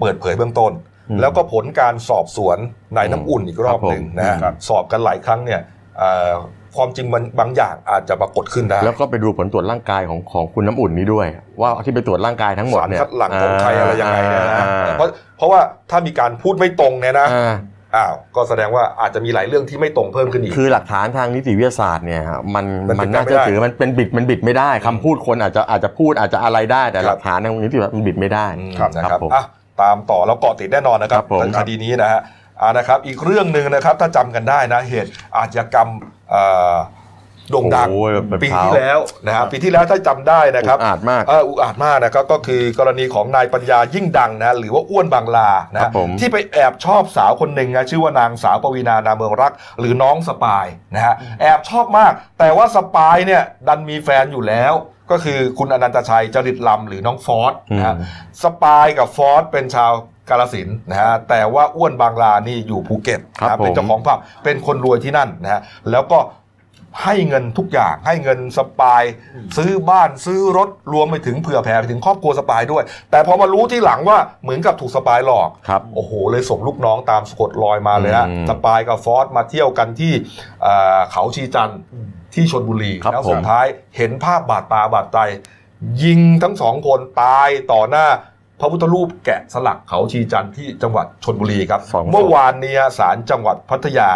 Speaker 1: เปิดเผยเบื้องต้น แล้วก็ผลการสอบสวนนายน้ำอุ่นอีกรอบหนึ่งนะฮะ
Speaker 5: ครับ
Speaker 1: สอบกันหลายครั้งเนี่ยอ่าความจริงมันบางอย่างอาจจะปรากฏขึ้นได้
Speaker 2: แล้วก็ไปดูผลตรวจร่างกายของของคุณน้ำอุ่นนี้ด้วย ว่าที่ไปตรวจร่างกายทั้งหมด
Speaker 1: สาร
Speaker 2: เนี่ย
Speaker 1: คัดหลังของใครอะไรยังไงเนี่ยนะ
Speaker 2: อ่า
Speaker 1: เพราะเพราะว่าถ้ามีการพูดไม่ตรงเนี่ยนะ
Speaker 2: อ่า
Speaker 1: อ้าวก็แสดงว่าอาจจะมีหลายเรื่องที่ไม่ตรงเพิ่มขึ้นอีก
Speaker 2: คือหลักฐานทางนิติวิทยาศาสตร์เนี่ยมัน
Speaker 1: มัน
Speaker 2: มั
Speaker 1: ปิ
Speaker 2: น
Speaker 1: ดกั้น
Speaker 2: น่าจะ
Speaker 1: ไม่ได้
Speaker 2: ถือมันเป็นบิดมันบิดไม่ได้คำพูดคนอาจจะอาจจะพูดอาจจะอะไรได้แต่
Speaker 1: ครับ
Speaker 2: หลักฐานทางนิติวิทยาศาสตร์มันบิดไม่ได้
Speaker 1: ครับนะครับ
Speaker 2: ผม
Speaker 1: อ่ะตามต่อแล้วเกาะติดแน่นอนนะครับ
Speaker 2: ครับผม
Speaker 1: คดีนี้นะฮะอ่านะครับ อีกเรื่องหนึ่งนะครับ ถ้าจำกันได้นะเหตุอาชญากรรมเอ่อโด่งดัง
Speaker 2: โอ้ยแบบ
Speaker 1: ปี
Speaker 2: เผา
Speaker 1: ที่แล้วนะฮะปีที่แล้วถ้าจำได้นะครับ
Speaker 2: อาจมาก
Speaker 1: เอออุกอาจมากนะครับก็คือกรณีของนายปัญญายิ่งดังนะหรือว่าอ้วนบางลา
Speaker 2: ครั
Speaker 1: นะ
Speaker 2: บผม
Speaker 1: ที่ไปแอบชอบสาวคนหนึ่งนะชื่อว่านางสาวปวีนานาเมืองรัก หรือน้องสปายนะฮะแอบชอบมาก แต่ว่าสปายเนี่ยดันมีแฟนอยู่แล้ว ก็คือคุณอนันตชัยจริตลำหรือน้องฟอสนะฮะ
Speaker 2: อืม
Speaker 1: สปายกับฟอสเป็นชาวกาลสินธุ์นะฮะแต่ว่าอ้วนบางลานี่อยู่ภูเก็ต
Speaker 2: ครับ
Speaker 1: นะเป็น
Speaker 2: ผม
Speaker 1: เจ้าของผับเป็นคนรวยที่นั่นนะฮะแล้วก็ให้เงินทุกอย่างให้เงินสปาย ซื้อบ้านซื้อรถรวมไปถึงเผื่อแผ่ไปถึงครอบครัวสปายด้วย แต่พอมารู้ที่หลังว่าเหมือนกับถูกสปายหลอก
Speaker 2: ครับ
Speaker 1: โอ้โหเลยส่งลูกน้องตามสะกดรอยมาเลยฮะ
Speaker 2: อืม
Speaker 1: สปายกับฟอสมาเที่ยวกันที่เอ่อเขาชีจันทร์ที่ชนบุรี
Speaker 2: ครับ
Speaker 1: แล้วสุ
Speaker 2: ผ
Speaker 1: ด
Speaker 2: ม
Speaker 1: ท้ายเห็นภาพบาดตาบาดใจยิงทั้งสองคนตายต่อหน้า พระพุทธรูปแกะสลักเขาชีจันทร์ที่จังหวัดชนบุรีครับ
Speaker 2: สองศพ
Speaker 1: เมื่อวานเนี่ยศาลจังหวัดพัทยา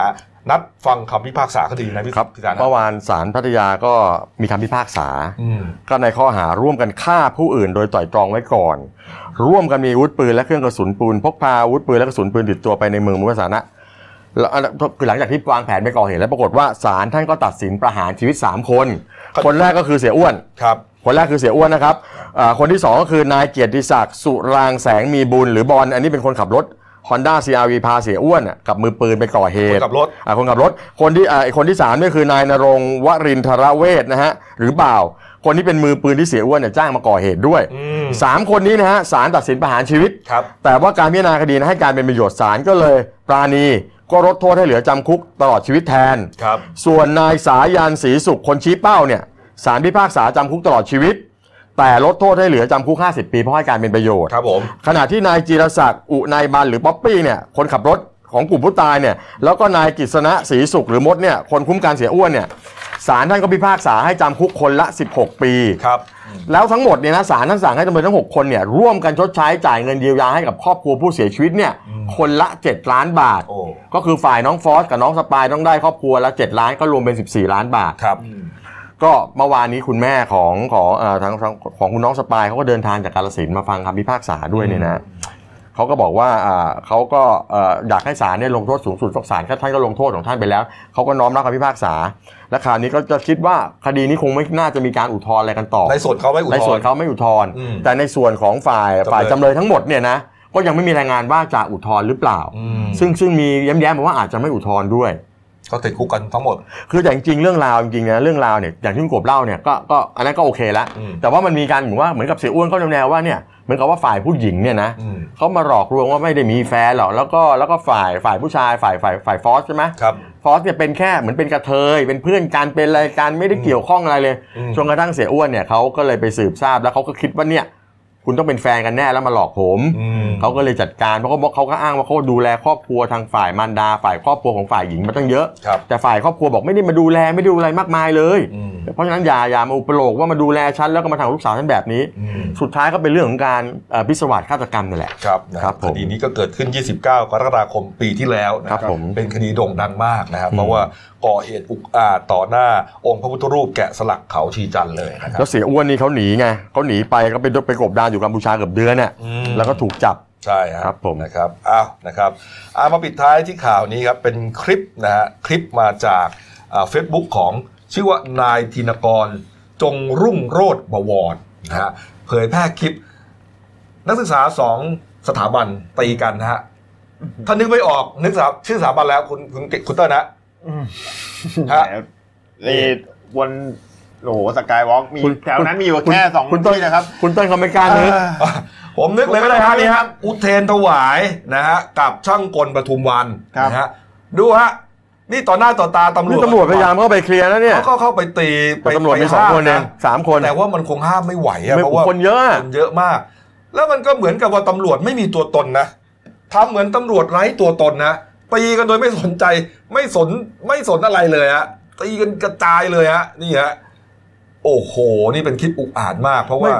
Speaker 1: นัดฟังคำพิพากษาคดีนะพี่
Speaker 2: ครับ
Speaker 1: พี่สารนะ
Speaker 2: เมื่อวานศาลพัทยาก็มีคำพิพากษา
Speaker 1: อืม
Speaker 2: ก็ในข้อหาร่วมกันฆ่าผู้อื่นโดยไตร่ตรองไว้ก่อน ร่วมกันมีอาวุธปืนและเครื่องกระสุนปืนพกพาอาวุธปืนและกระสุนปืนติดตัวไปในเมืองมุกสาหนะแล้วอ่ะคือหลังจากที่วางแผนไปก่อเหตุแล้วปรากฏว่าศาลท่านก็ตัดสินประหารชีวิต 3 คน
Speaker 1: ครับ
Speaker 2: คนแรกก็คือเสียอ้วน
Speaker 1: ครับ
Speaker 2: คนแรกคือเสียอ้วนนะครับอ่าคนที่ 2 ก็คือนายเกียรติศักดิ์สุรางแสงมีบุญหรือบอลอันนี้เป็นคนขับรถ Honda CRV พาเสียอ้วนน่ะกับมือปืนไปก่อเห
Speaker 1: คน
Speaker 2: ตุ
Speaker 1: ขับรถ
Speaker 2: อ่าคนขับรถคนที่อ่าคนที่สามนี่คือนายนรงค์วรินทรเวทนะฮะหรือบ่าว คนที่เป็นมือปืนที่เสียอ้วนเนี่ยจ้างมาก่อเหตุด้วย
Speaker 1: อืม
Speaker 2: สามคนนี้นะฮะศาลตัดสินประหารชีวิต
Speaker 1: ครับ
Speaker 2: แต่ว่าการพิจารณาคดีนะให้การเป็นประโยชน์ศาลก็เลย ปราณีก็ลดโทษให้เหลือจำคุกตลอดชีวิตแทน
Speaker 1: ครับ
Speaker 2: ส่วนนายสายันศรีสุขคนชี้เป้าเนี่ยสารพิพากษาจำคุกตลอดชีวิต แต่ลดโทษให้เหลือจำคุก 50 ปีเพราะให้การเป็นประโยชน์
Speaker 1: ครับผม
Speaker 2: ขณะที่นายจีรศักดิ์อุนายบันหรือป๊อปปี้เนี่ยคนขับรถของกลุ่มผู้ตายเนี่ยแล้วก็นายกฤษณะศรีสุขหรือมดเนี่ยคนคุ้มการเสียอ้วนเนี่ยศาลท่านก็พิพากษาให้จำคุกคนละ 16 ปี
Speaker 1: ครับ
Speaker 2: แล้วทั้งหมดเนี่ยนะศาลท่านสั่งให้จำเลยทั้ง 6 คนเนี่ยร่วมกันชดใช้จ่ายเงินเยียวยาให้กับครอบครัวผู้เสียชีวิตเนี่ยคนละ 7 ล้านบาท
Speaker 1: โอ้
Speaker 2: ก็คือฝ่ายน้องฟอสกับน้องสปายต้องได้ครอบครัวละ 7 ล้านก็รวมเป็น 14 ล้านบาท
Speaker 1: ครับ
Speaker 2: ก็เมื่อวานนี้คุณแม่ของของเอ่อทางทางของคุณน้องสปายเขาก็เดินทางจากกาลสินธุ์มาฟังคำพิพากษาด้วยเนี่ยนะเขาก็บอกว่าอ่าเขาก็เอ่ออยากให้ศาลเนี่ยลงโทษสูงสุดเพราะศาลท่านก็ลงโทษของท่านไปแล้วเขาก็น้อมรับคำพิพากษา และคราวนี้ก็จะคิดว่าคดีนี้คงไม่น่าจะมีการอุทธรณ์อะไรกันต่อ
Speaker 1: ในส่วนเขาไม่อุทธรณ์
Speaker 2: ในส่วนเขาไม่อุทธรณ์
Speaker 1: อืม
Speaker 2: แต่ในส่วนของฝ่าย
Speaker 1: จำเลย
Speaker 2: ฝ่ายจำเลยทั้งหมดเนี่ยนะก็ยังไม่มีรายงานว่าจะอุทธรณ์หรือเปล่า
Speaker 1: อืม
Speaker 2: ซึ่งซึ่งมีแย้มๆมาว่าอาจจะไม่อุทธรณ์ด้วย
Speaker 1: เขาติดคุกกันทั้งหมด
Speaker 2: คือแต่จริงๆเรื่องราวจริงๆนะเรื่องราวเนี่ยอย่างที่คุณกบเล่าเนี่ยก็ก็อันนั้นก็โอเคละ
Speaker 1: อืม
Speaker 2: แต่ว่ามันมีการเหมือนว่าเหมือนกับเสียอ้วนก็แนวๆว่าเนี่ยเหมือนกับว่าฝ่ายผู้หญิงเนี่ยนะ
Speaker 1: อืม
Speaker 2: เขามาหลอกลวงว่าไม่ได้มีแฟนหรอกแล้วก็แล้วก็ฝ่ายฝ่ายผู้ชายฝ่ายฝ่ายฝ่ายฟอสใช่ไหม
Speaker 1: ครับ
Speaker 2: ฟอสเนี่ยเป็นแค่เหมือนเป็นกระเทย เป็นเพื่อนกันเป็นอะไรกันไม่ได้เกี่ยวข้องอะไรเลย
Speaker 1: อืม
Speaker 2: จนกระทั่งเสียอ้วนเนี่ยเขาก็เลยไปสืบทราบแล้วเขาก็คิดว่าเนี่ย คุณต้องเป็นแฟนกันแน่แล้วมาหลอกผม
Speaker 1: อืม
Speaker 2: เขาก็เลยจัดการเพราะเขาบอกเขาก็อ้างว่าเขาดูแลครอบครัวทางฝ่ายมารดา ฝ่ายครอบครัวของฝ่ายหญิงมาตั้งเยอะ
Speaker 1: ครับ
Speaker 2: แต่ฝ่ายครอบครัวบอกไม่ได้มาดูแลไม่ได้ดูอะไรมากมายเลย
Speaker 1: อืม
Speaker 2: เพราะฉะนั้นอย่าอย่ามาอุปโลกว่ามาดูแลฉันแล้วก็มาทำกับลูกสาวฉันแบบนี้
Speaker 1: อืม
Speaker 2: สุดท้ายก็เป็นเรื่องของการเอ่อพิศวาสฆาตกรรมนั่นแหละ
Speaker 1: ครับนะครับ
Speaker 2: ผม
Speaker 1: คดีนี้ก็เกิดขึ้น 29 กรกฎาคมปีที่แล้วนะครับ
Speaker 2: ผม
Speaker 1: เป็นคดีโด่งดังมากนะครับ
Speaker 2: อืม
Speaker 1: เพราะว่าก่อเหตุอุกอาจต่อหน้าองค์พระพุทธรูปแกะสลักเขาชีจันทร์เลยนะครั
Speaker 2: แล้
Speaker 1: บ
Speaker 2: วเสียอ้วนนี่เขาหนีไงเขาหนีไปก็ไปไปกบดานอยู่กัมพูชาเกือบเดือนน่ะ
Speaker 1: อืม
Speaker 2: แล้วก็ถูกจับ
Speaker 1: ใช่ฮะ
Speaker 2: ครับผม
Speaker 1: นะครับอ้าวนะครับอามาปิดท้ายที่ข่าวนี้ครับ เป็นคลิปนะฮะคลิปมาจากเฟซบุ๊กของชื่อว่านายธินกรจงรุ่งโรธบวรนะฮะเผยแพร่คลิป นักศึกษาสองสถาบันตีกันนะฮะถ้านึกไม่ออกนึกสถาชื่อสถาบันแล้วคุณคุณคุณเต้ยนะ ฮะ
Speaker 5: นี่วนโอ้โหสกายวอล์กมี
Speaker 2: คุณ
Speaker 5: แถวนั้นมีอยู่แค่สอง
Speaker 2: คุณต้น
Speaker 5: ที่นะครับ
Speaker 2: คุณเต้นเขาไม่กล้านึก
Speaker 1: ผมนึกเลยก็ได้ครับ
Speaker 5: ผม
Speaker 1: นี่
Speaker 5: นึกไม่ได้
Speaker 1: ครับอุเทนถวายนะฮะกับช่างกลปทุมวัน
Speaker 5: ครับ
Speaker 1: นะฮะดูฮะนี่ต่อหน้าต่อตาตำรว
Speaker 2: นี่
Speaker 1: จ
Speaker 2: ตำรวจพยายามเข้าไปเคลียร์แล้วเนี่ย
Speaker 1: เขาก็เข้าไปตีไป
Speaker 2: แต่ตำรวจมีสองคนเองสามคน
Speaker 1: แต่ว่ามันคงห้ามไม่ไหวอะ
Speaker 2: ไม่
Speaker 1: เพราะว่า
Speaker 2: คนเยอะอะ
Speaker 1: คนเยอะมาก แล้วมันก็เหมือนกับว่าตำรวจไม่มีตัวตนนะทำเหมือนตำรวจไร้ตัวตนนะตีกันโดยไม่สนใจไม่สนไม่สนอะไรเลยฮะตีกันกระจายเลยฮะนี่ฮะโอ้โหนี่เป็นคลิปอุกอาจมาก เพราะว่า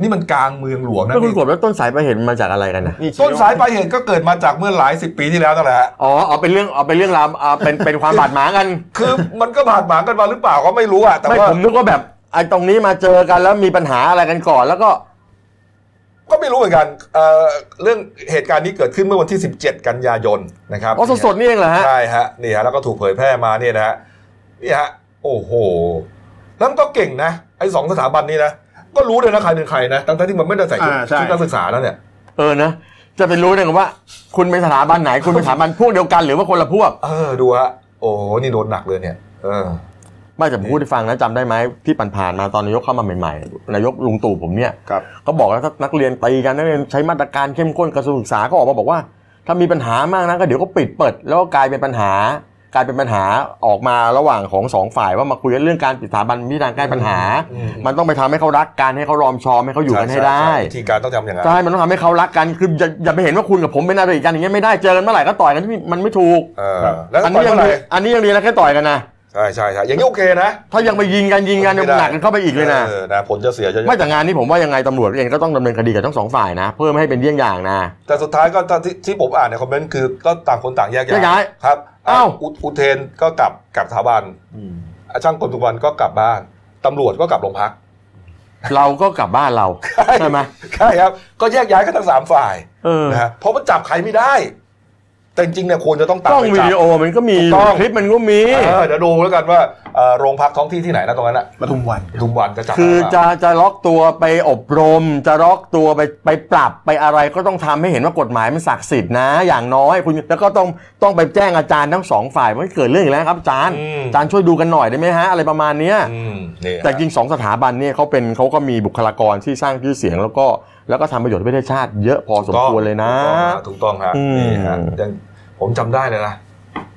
Speaker 1: นี่มันกลางเมืองหลวงนะ
Speaker 2: แล้วคุณ
Speaker 1: นี่
Speaker 2: กบแล้วต้นสายไปลายเหตุมันมาจากอะไรกันนะ
Speaker 5: นี่
Speaker 1: ต้นสายปลายเหตุก็เกิดมาจากเมื่อหลายสิบปีที่แล้วนั่นแหละฮะ
Speaker 2: อ๋อเอาเป็นเรื่องเอาเป็นเรื่องราวเอาเป็นเป็นความบาดหมางกัน
Speaker 1: คือ มันก็บาดหมางกันมาหรือเปล่าก็ไม่รู้อะแต่
Speaker 2: ไม่
Speaker 1: ว่า
Speaker 2: ผมนึกว่าแบบไอ้ตรงนี้มาเจอกันแล้วมีปัญหาอะไรกันก่อนแล้วก็
Speaker 1: ก็ไม่รู้เหมือนกันเอ่อเรื่องเหตุการณ์นี้เกิดขึ้นเมื่อวันที่ 17 กันยายนนะครับ
Speaker 2: อ๋อสดๆนี่เองเหรอฮะ
Speaker 1: ใช่ฮะนี่ฮะแล้วก็ถูกเผยแพร่มาเนี่ยนะฮะนี่ฮะโอ้โหแล้วมันก็เก่งนะไอ้สองสถาบันนี้นะก็รู้เลยนะใครเป็นใครนะตั้งๆที่มันไม่ได้ใส่ชุด
Speaker 5: อ่าใช่
Speaker 1: ชุดนักศึกษาแล้วเนี่ย
Speaker 2: เออนะ จะไปรู้ได้ไงว่า คุณเป็นสถาบันไหนคุณเป็นสถาบันพวกเดียวกันหรือว่าคนละพวก
Speaker 1: เออดูฮะโอ้โหนี่โดนหนักเลยเนี่ยเออ
Speaker 2: ไม่แต่ผมพูดให้ฟังนะจำได้ไหมที่ผ่านๆมาตอนนายกเข้ามาใหม่ๆนายกลุงตู่ผมเนี่ย
Speaker 5: ครับ
Speaker 2: เขาบอกว่าถ้านักเรียนตีกันนักเรียนใช้มาตรการเข้มข้นกระทรวงศึกษาก็ออกมาบอกว่า ถ้ามีปัญหามากนะก็เดี๋ยวก็ปิดเปิด แล้วก็กลายเป็นปัญหา กลายเป็นปัญหาออกมาระหว่างของสองฝ่ายว่ามาคุยกันเรื่องการปิดสถาบันพิจารณาแก้ปัญหา
Speaker 1: อืม
Speaker 2: มันต้องไปทำให้เขารักกันให้เขารอมชอมให้เขาอยู่กันให้ได้
Speaker 1: ใช่ใช่วิธีการต้องทำอย่างนั้น
Speaker 2: ใช่มันต้องทำให้เขารักกันคืออย่าอย่าไปเห็นว่าคุณกับผมเป็นอะไรกันอย่างเงี้ยไม่ได้เจอกันเมื่อไหร่ก็ต่อยกันที่มันไม่ถูก
Speaker 1: เออแล้ว
Speaker 2: อัน
Speaker 1: ต่อ
Speaker 2: นี้
Speaker 1: ย
Speaker 2: ยั
Speaker 1: เมื่อไห
Speaker 2: ง
Speaker 1: ร่
Speaker 2: ดีอันนี้ยังดีนะแค่ต่อยกันนะ
Speaker 1: ใช่ใช่ใช่อย่างนี้โอเคนะ
Speaker 2: ถ้ายังไปยิงกันยิงกันเนี่ยมันหนักกันเข้าไปอีกเลยนะ
Speaker 1: ออนะผลจะเสียเยอะ
Speaker 2: ไม่แต่งานนี้ผมว่ายังไงตำรวจเองก็ต้องดำเนินคดีกับทั้งสองฝ่ายนะ เพื่อไม่ให้เป็นเยี่ยงอย่างนะ
Speaker 1: ๆแต่สุดท้ายก็ที่ที่ผมอ่านในคอมเมนต์คือก็ต่างคนต่างแยก
Speaker 2: แยกย้าย
Speaker 1: ครับ
Speaker 2: อ้าว
Speaker 1: อุอุเทนก็กลับกลับสถาบันช่างกลตุกวันก็กลับบ้านตำรวจก็กลับโรงพัก
Speaker 2: เราก็กลับบ้านเรา ใช่ไหม
Speaker 1: ใช่ครับ ก็แยกย้ายกันทั้งสามฝ่าย
Speaker 2: เออ
Speaker 1: นะฮะเพราะมันจับใครไม่ได้ แต่จริงๆเนี่ยควรจะต้องตาม
Speaker 2: กล้อง
Speaker 1: ไป
Speaker 2: วิ
Speaker 1: จับ
Speaker 2: ดีโอมันก็มี
Speaker 1: ถูกต้อง
Speaker 2: คลิปมันก็มี
Speaker 1: เออเดี๋ยวดูแล้วกันว่าเอ่อโรงพักท้องที่ที่ไหนนะตรงนั้นอะ
Speaker 6: ปทุมวัน
Speaker 1: ทุมวันจะจับ
Speaker 2: คือ
Speaker 1: ได้ปะ
Speaker 2: จะจะล็อกตัวไปอบรม จะล็อกตัวไปไปปรับไปอะไรก็ต้องทำให้เห็นว่ากฎหมายมันศักดิ์สิทธิ์นะ อย่างน้อยคุณแล้วก็ต้องต้องไปแจ้งอาจารย์ทั้งสองฝ่ายว่าเกิดเรื่องอีกแล้วครับอาจารย์
Speaker 1: อืม
Speaker 2: อาจารย์ช่วยดูกันหน่อยได้ไหมฮะ อะไรประมาณเนี้ย
Speaker 1: อืมนี่
Speaker 2: แต่จริงสองสถาบันเนี่ยเขาเป็นเขาก็มีบุคลากรที่สร้างชื่อเสียงแล้วก็แล้วก็ทำประโยชน์ให้ประเทศชาติเยอะพอสมควรเลยนะ
Speaker 1: ถูกต้องฮะ
Speaker 2: อืม
Speaker 1: นี่ฮะยังผมจำได้เลยนะ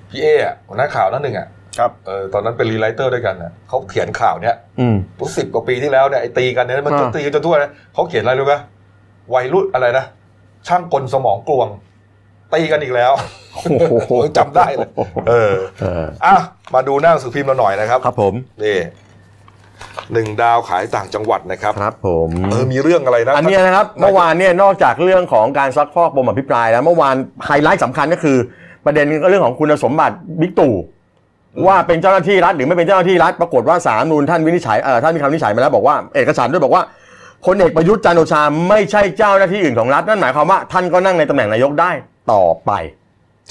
Speaker 1: พี่เอ๋อะหัวหน้าข่าวนั่นหนึ่งอ่ะ
Speaker 5: ครับ
Speaker 1: เออตอนนั้นเป็นรีไลเตอร์ด้วยกันน่ะเขาเขียนข่าวเนี้ย
Speaker 2: อืม
Speaker 1: รู้สิบกว่าปีที่แล้วเนี่ยไอ้ตีกันเนี่ยมันจะ
Speaker 2: อ่า
Speaker 1: ตีกันจนทั่วนะเขาเขียนอะไรรู้ไหมวัยรุ่นอะไรนะช่างกลสมองกลวง ตีกันอีกแล้วโอ้ยจำได้เลยเออ
Speaker 2: เออ
Speaker 1: อ่ะมาดูหน้าหนังสือพิมพ์เราหน่อยนะครับ
Speaker 2: ครับผม
Speaker 1: นี่หนึ่งดาวขายต่างจังหวัดนะครับ
Speaker 2: ครับผม
Speaker 1: เออมีเรื่องอะไรนะ
Speaker 2: อันเนี้ยนะครับเมื่อวานเนี่ยนอกจากเรื่องของการซักฟอกปมอภิปรายแล้วเมื่อวานไฮไลท์สำคัญก็คือ ประเด็นก็เรื่องของคุณสมบัติบิ๊กตู่ว่าเป็นเจ้าหน้าที่รัฐหรือไม่เป็นเจ้าหน้าที่รัฐปรากฏว่าสารนูนท่านวินิจฉัยเอ่อท่านมีคำวินิจฉัยมาแล้วบอกว่าเอกสารด้วยบอกว่าพลเอกประยุทธ์จันทร์โอชาไม่ใช่เจ้าหน้าที่อื่นของรัฐนั่นหมายความว่าท่านก็นั่งในตำแหน่งนายกได้ต่อไป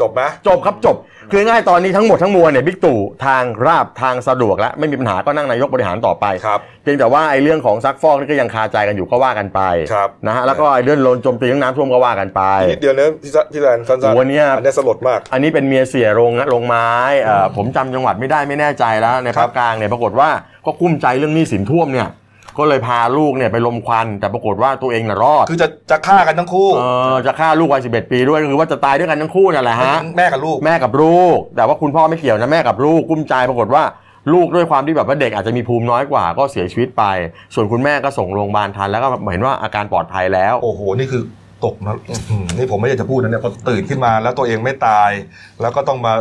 Speaker 1: จบไหม
Speaker 2: จบครับจบ คือง่ายตอนนี้ทั้งหมดทั้งมวลเนี่ยบิ๊กตู่ทางราบทางสะดวกแล้วไม่มีปัญหาก็นั่งนายกบริหารต่อไป
Speaker 1: ครับ
Speaker 2: เพียงแต่ว่าไอ้เรื่องของซักฟอกนี่ก็ยังคาใจกันอยู่ก็ว่ากันไป
Speaker 1: ครับ
Speaker 2: นะฮะแล้วก็ไอ้เรื่องโลนโจมตีเรื่องน้ำท่วมก็ว่ากันไป
Speaker 1: นิดเดียวนะที่ซะที่แลนสั้น
Speaker 2: โอ้เนี่ย
Speaker 1: อันเนี้ยสลดมาก
Speaker 2: อันนี้เป็นเมียเสียโรงโรงไม้เอ่อผมจำจังหวัดไม่ได้ไม่แน่ใจแล้วใน
Speaker 1: ครั
Speaker 2: ภาค
Speaker 1: บ
Speaker 2: กลางเนี่ยปรากฏว่าก็กุ้มใจเรื่องหนี้สินท่วมเนี่ยก็เลยพาลูกเนี่ยไปลมควัน แต่ปรากฏว่าตัวเองน่ะรอด
Speaker 1: คือจะจะฆ่ากันทั้งคู่
Speaker 2: เออจะฆ่าลูกวัย11 ปีด้วยก็คือว่าจะตายด้วยกันทั้งคู่นั่นแหละฮะ
Speaker 1: แม่กับลูก
Speaker 2: แม่กับลูก แต่ว่าคุณพ่อไม่เกี่ยวนะแม่กับลูกกุ้มใจปรากฏว่าลูกด้วยความที่แบบว่าเด็กอาจจะมีภูมิน้อยกว่าก็เสียชีวิตไป ส่วนคุณแม่ก็ส่งโรงพยาบาลทันแล้วก็เห็นว่าอาการปลอดภัยแล้ว
Speaker 1: โอ้โห นี่คือตกนะอื้อหือนี่ผมไม่อยากจะพูดนะเนี่ยพอตื่นขึ้นมาแล้วตัวเองไม่ตาย แล้วก็ต้องมา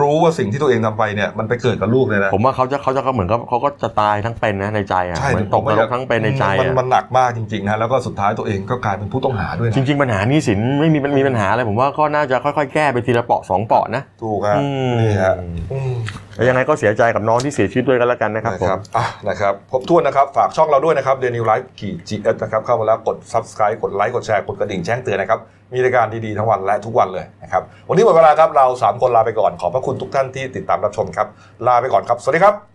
Speaker 1: รู้ว่าสิ่งที่ตัวเองทำไปเนี่ย มันไปเกิดกับลูกเลยนะ
Speaker 2: ผมว่าเขาจะเขาจะก็เหมือนกับเขาก็จะตายทั้งเป็นนะในใจอ่ะเหมือนตกนรกทั้งเป็นในใจ
Speaker 1: มัน
Speaker 2: อ่ะ
Speaker 1: มันหนักมากจริงๆนะแล้วก็สุดท้ายตัวเองก็กลายเป็นผู้ต้องหาด้วย
Speaker 2: จ
Speaker 1: นะ
Speaker 2: ริง ๆ ปัญหาหนี้สินไม่มีมันมีปัญหาอะไรผมว่าก็น่าจะค่อยๆ แก้ไปทีละเปาะสองเปาะนะ
Speaker 1: ถูกฮะ
Speaker 2: อืม
Speaker 1: นี่ฮะอืม
Speaker 2: แล้วยังไงก็เสียใจกับน้องที่เสียชีวิตด้วยกันแล้วกันนะครับ
Speaker 1: นะ
Speaker 2: ผม
Speaker 1: ครับอ่ะนะครับครบถ้วนนะครับ ฝากช่องเราด้วยนะครับเดนิวไลฟ์ขีดจีเอสนะครับเข้ามาแล้วกด subscribe กดไลค์กดแชร์กดกระดิ่งแจ้งเตือนนะครับมีรายการดีๆทั้งวันและทุกวันเลยนะครับวันนี้หมดเวลาครับเราสามคนลาไปก่อนขอบพระคุณทุกท่านที่ติดตามรับชมครับลาไปก่อนครับสวัสดีครับ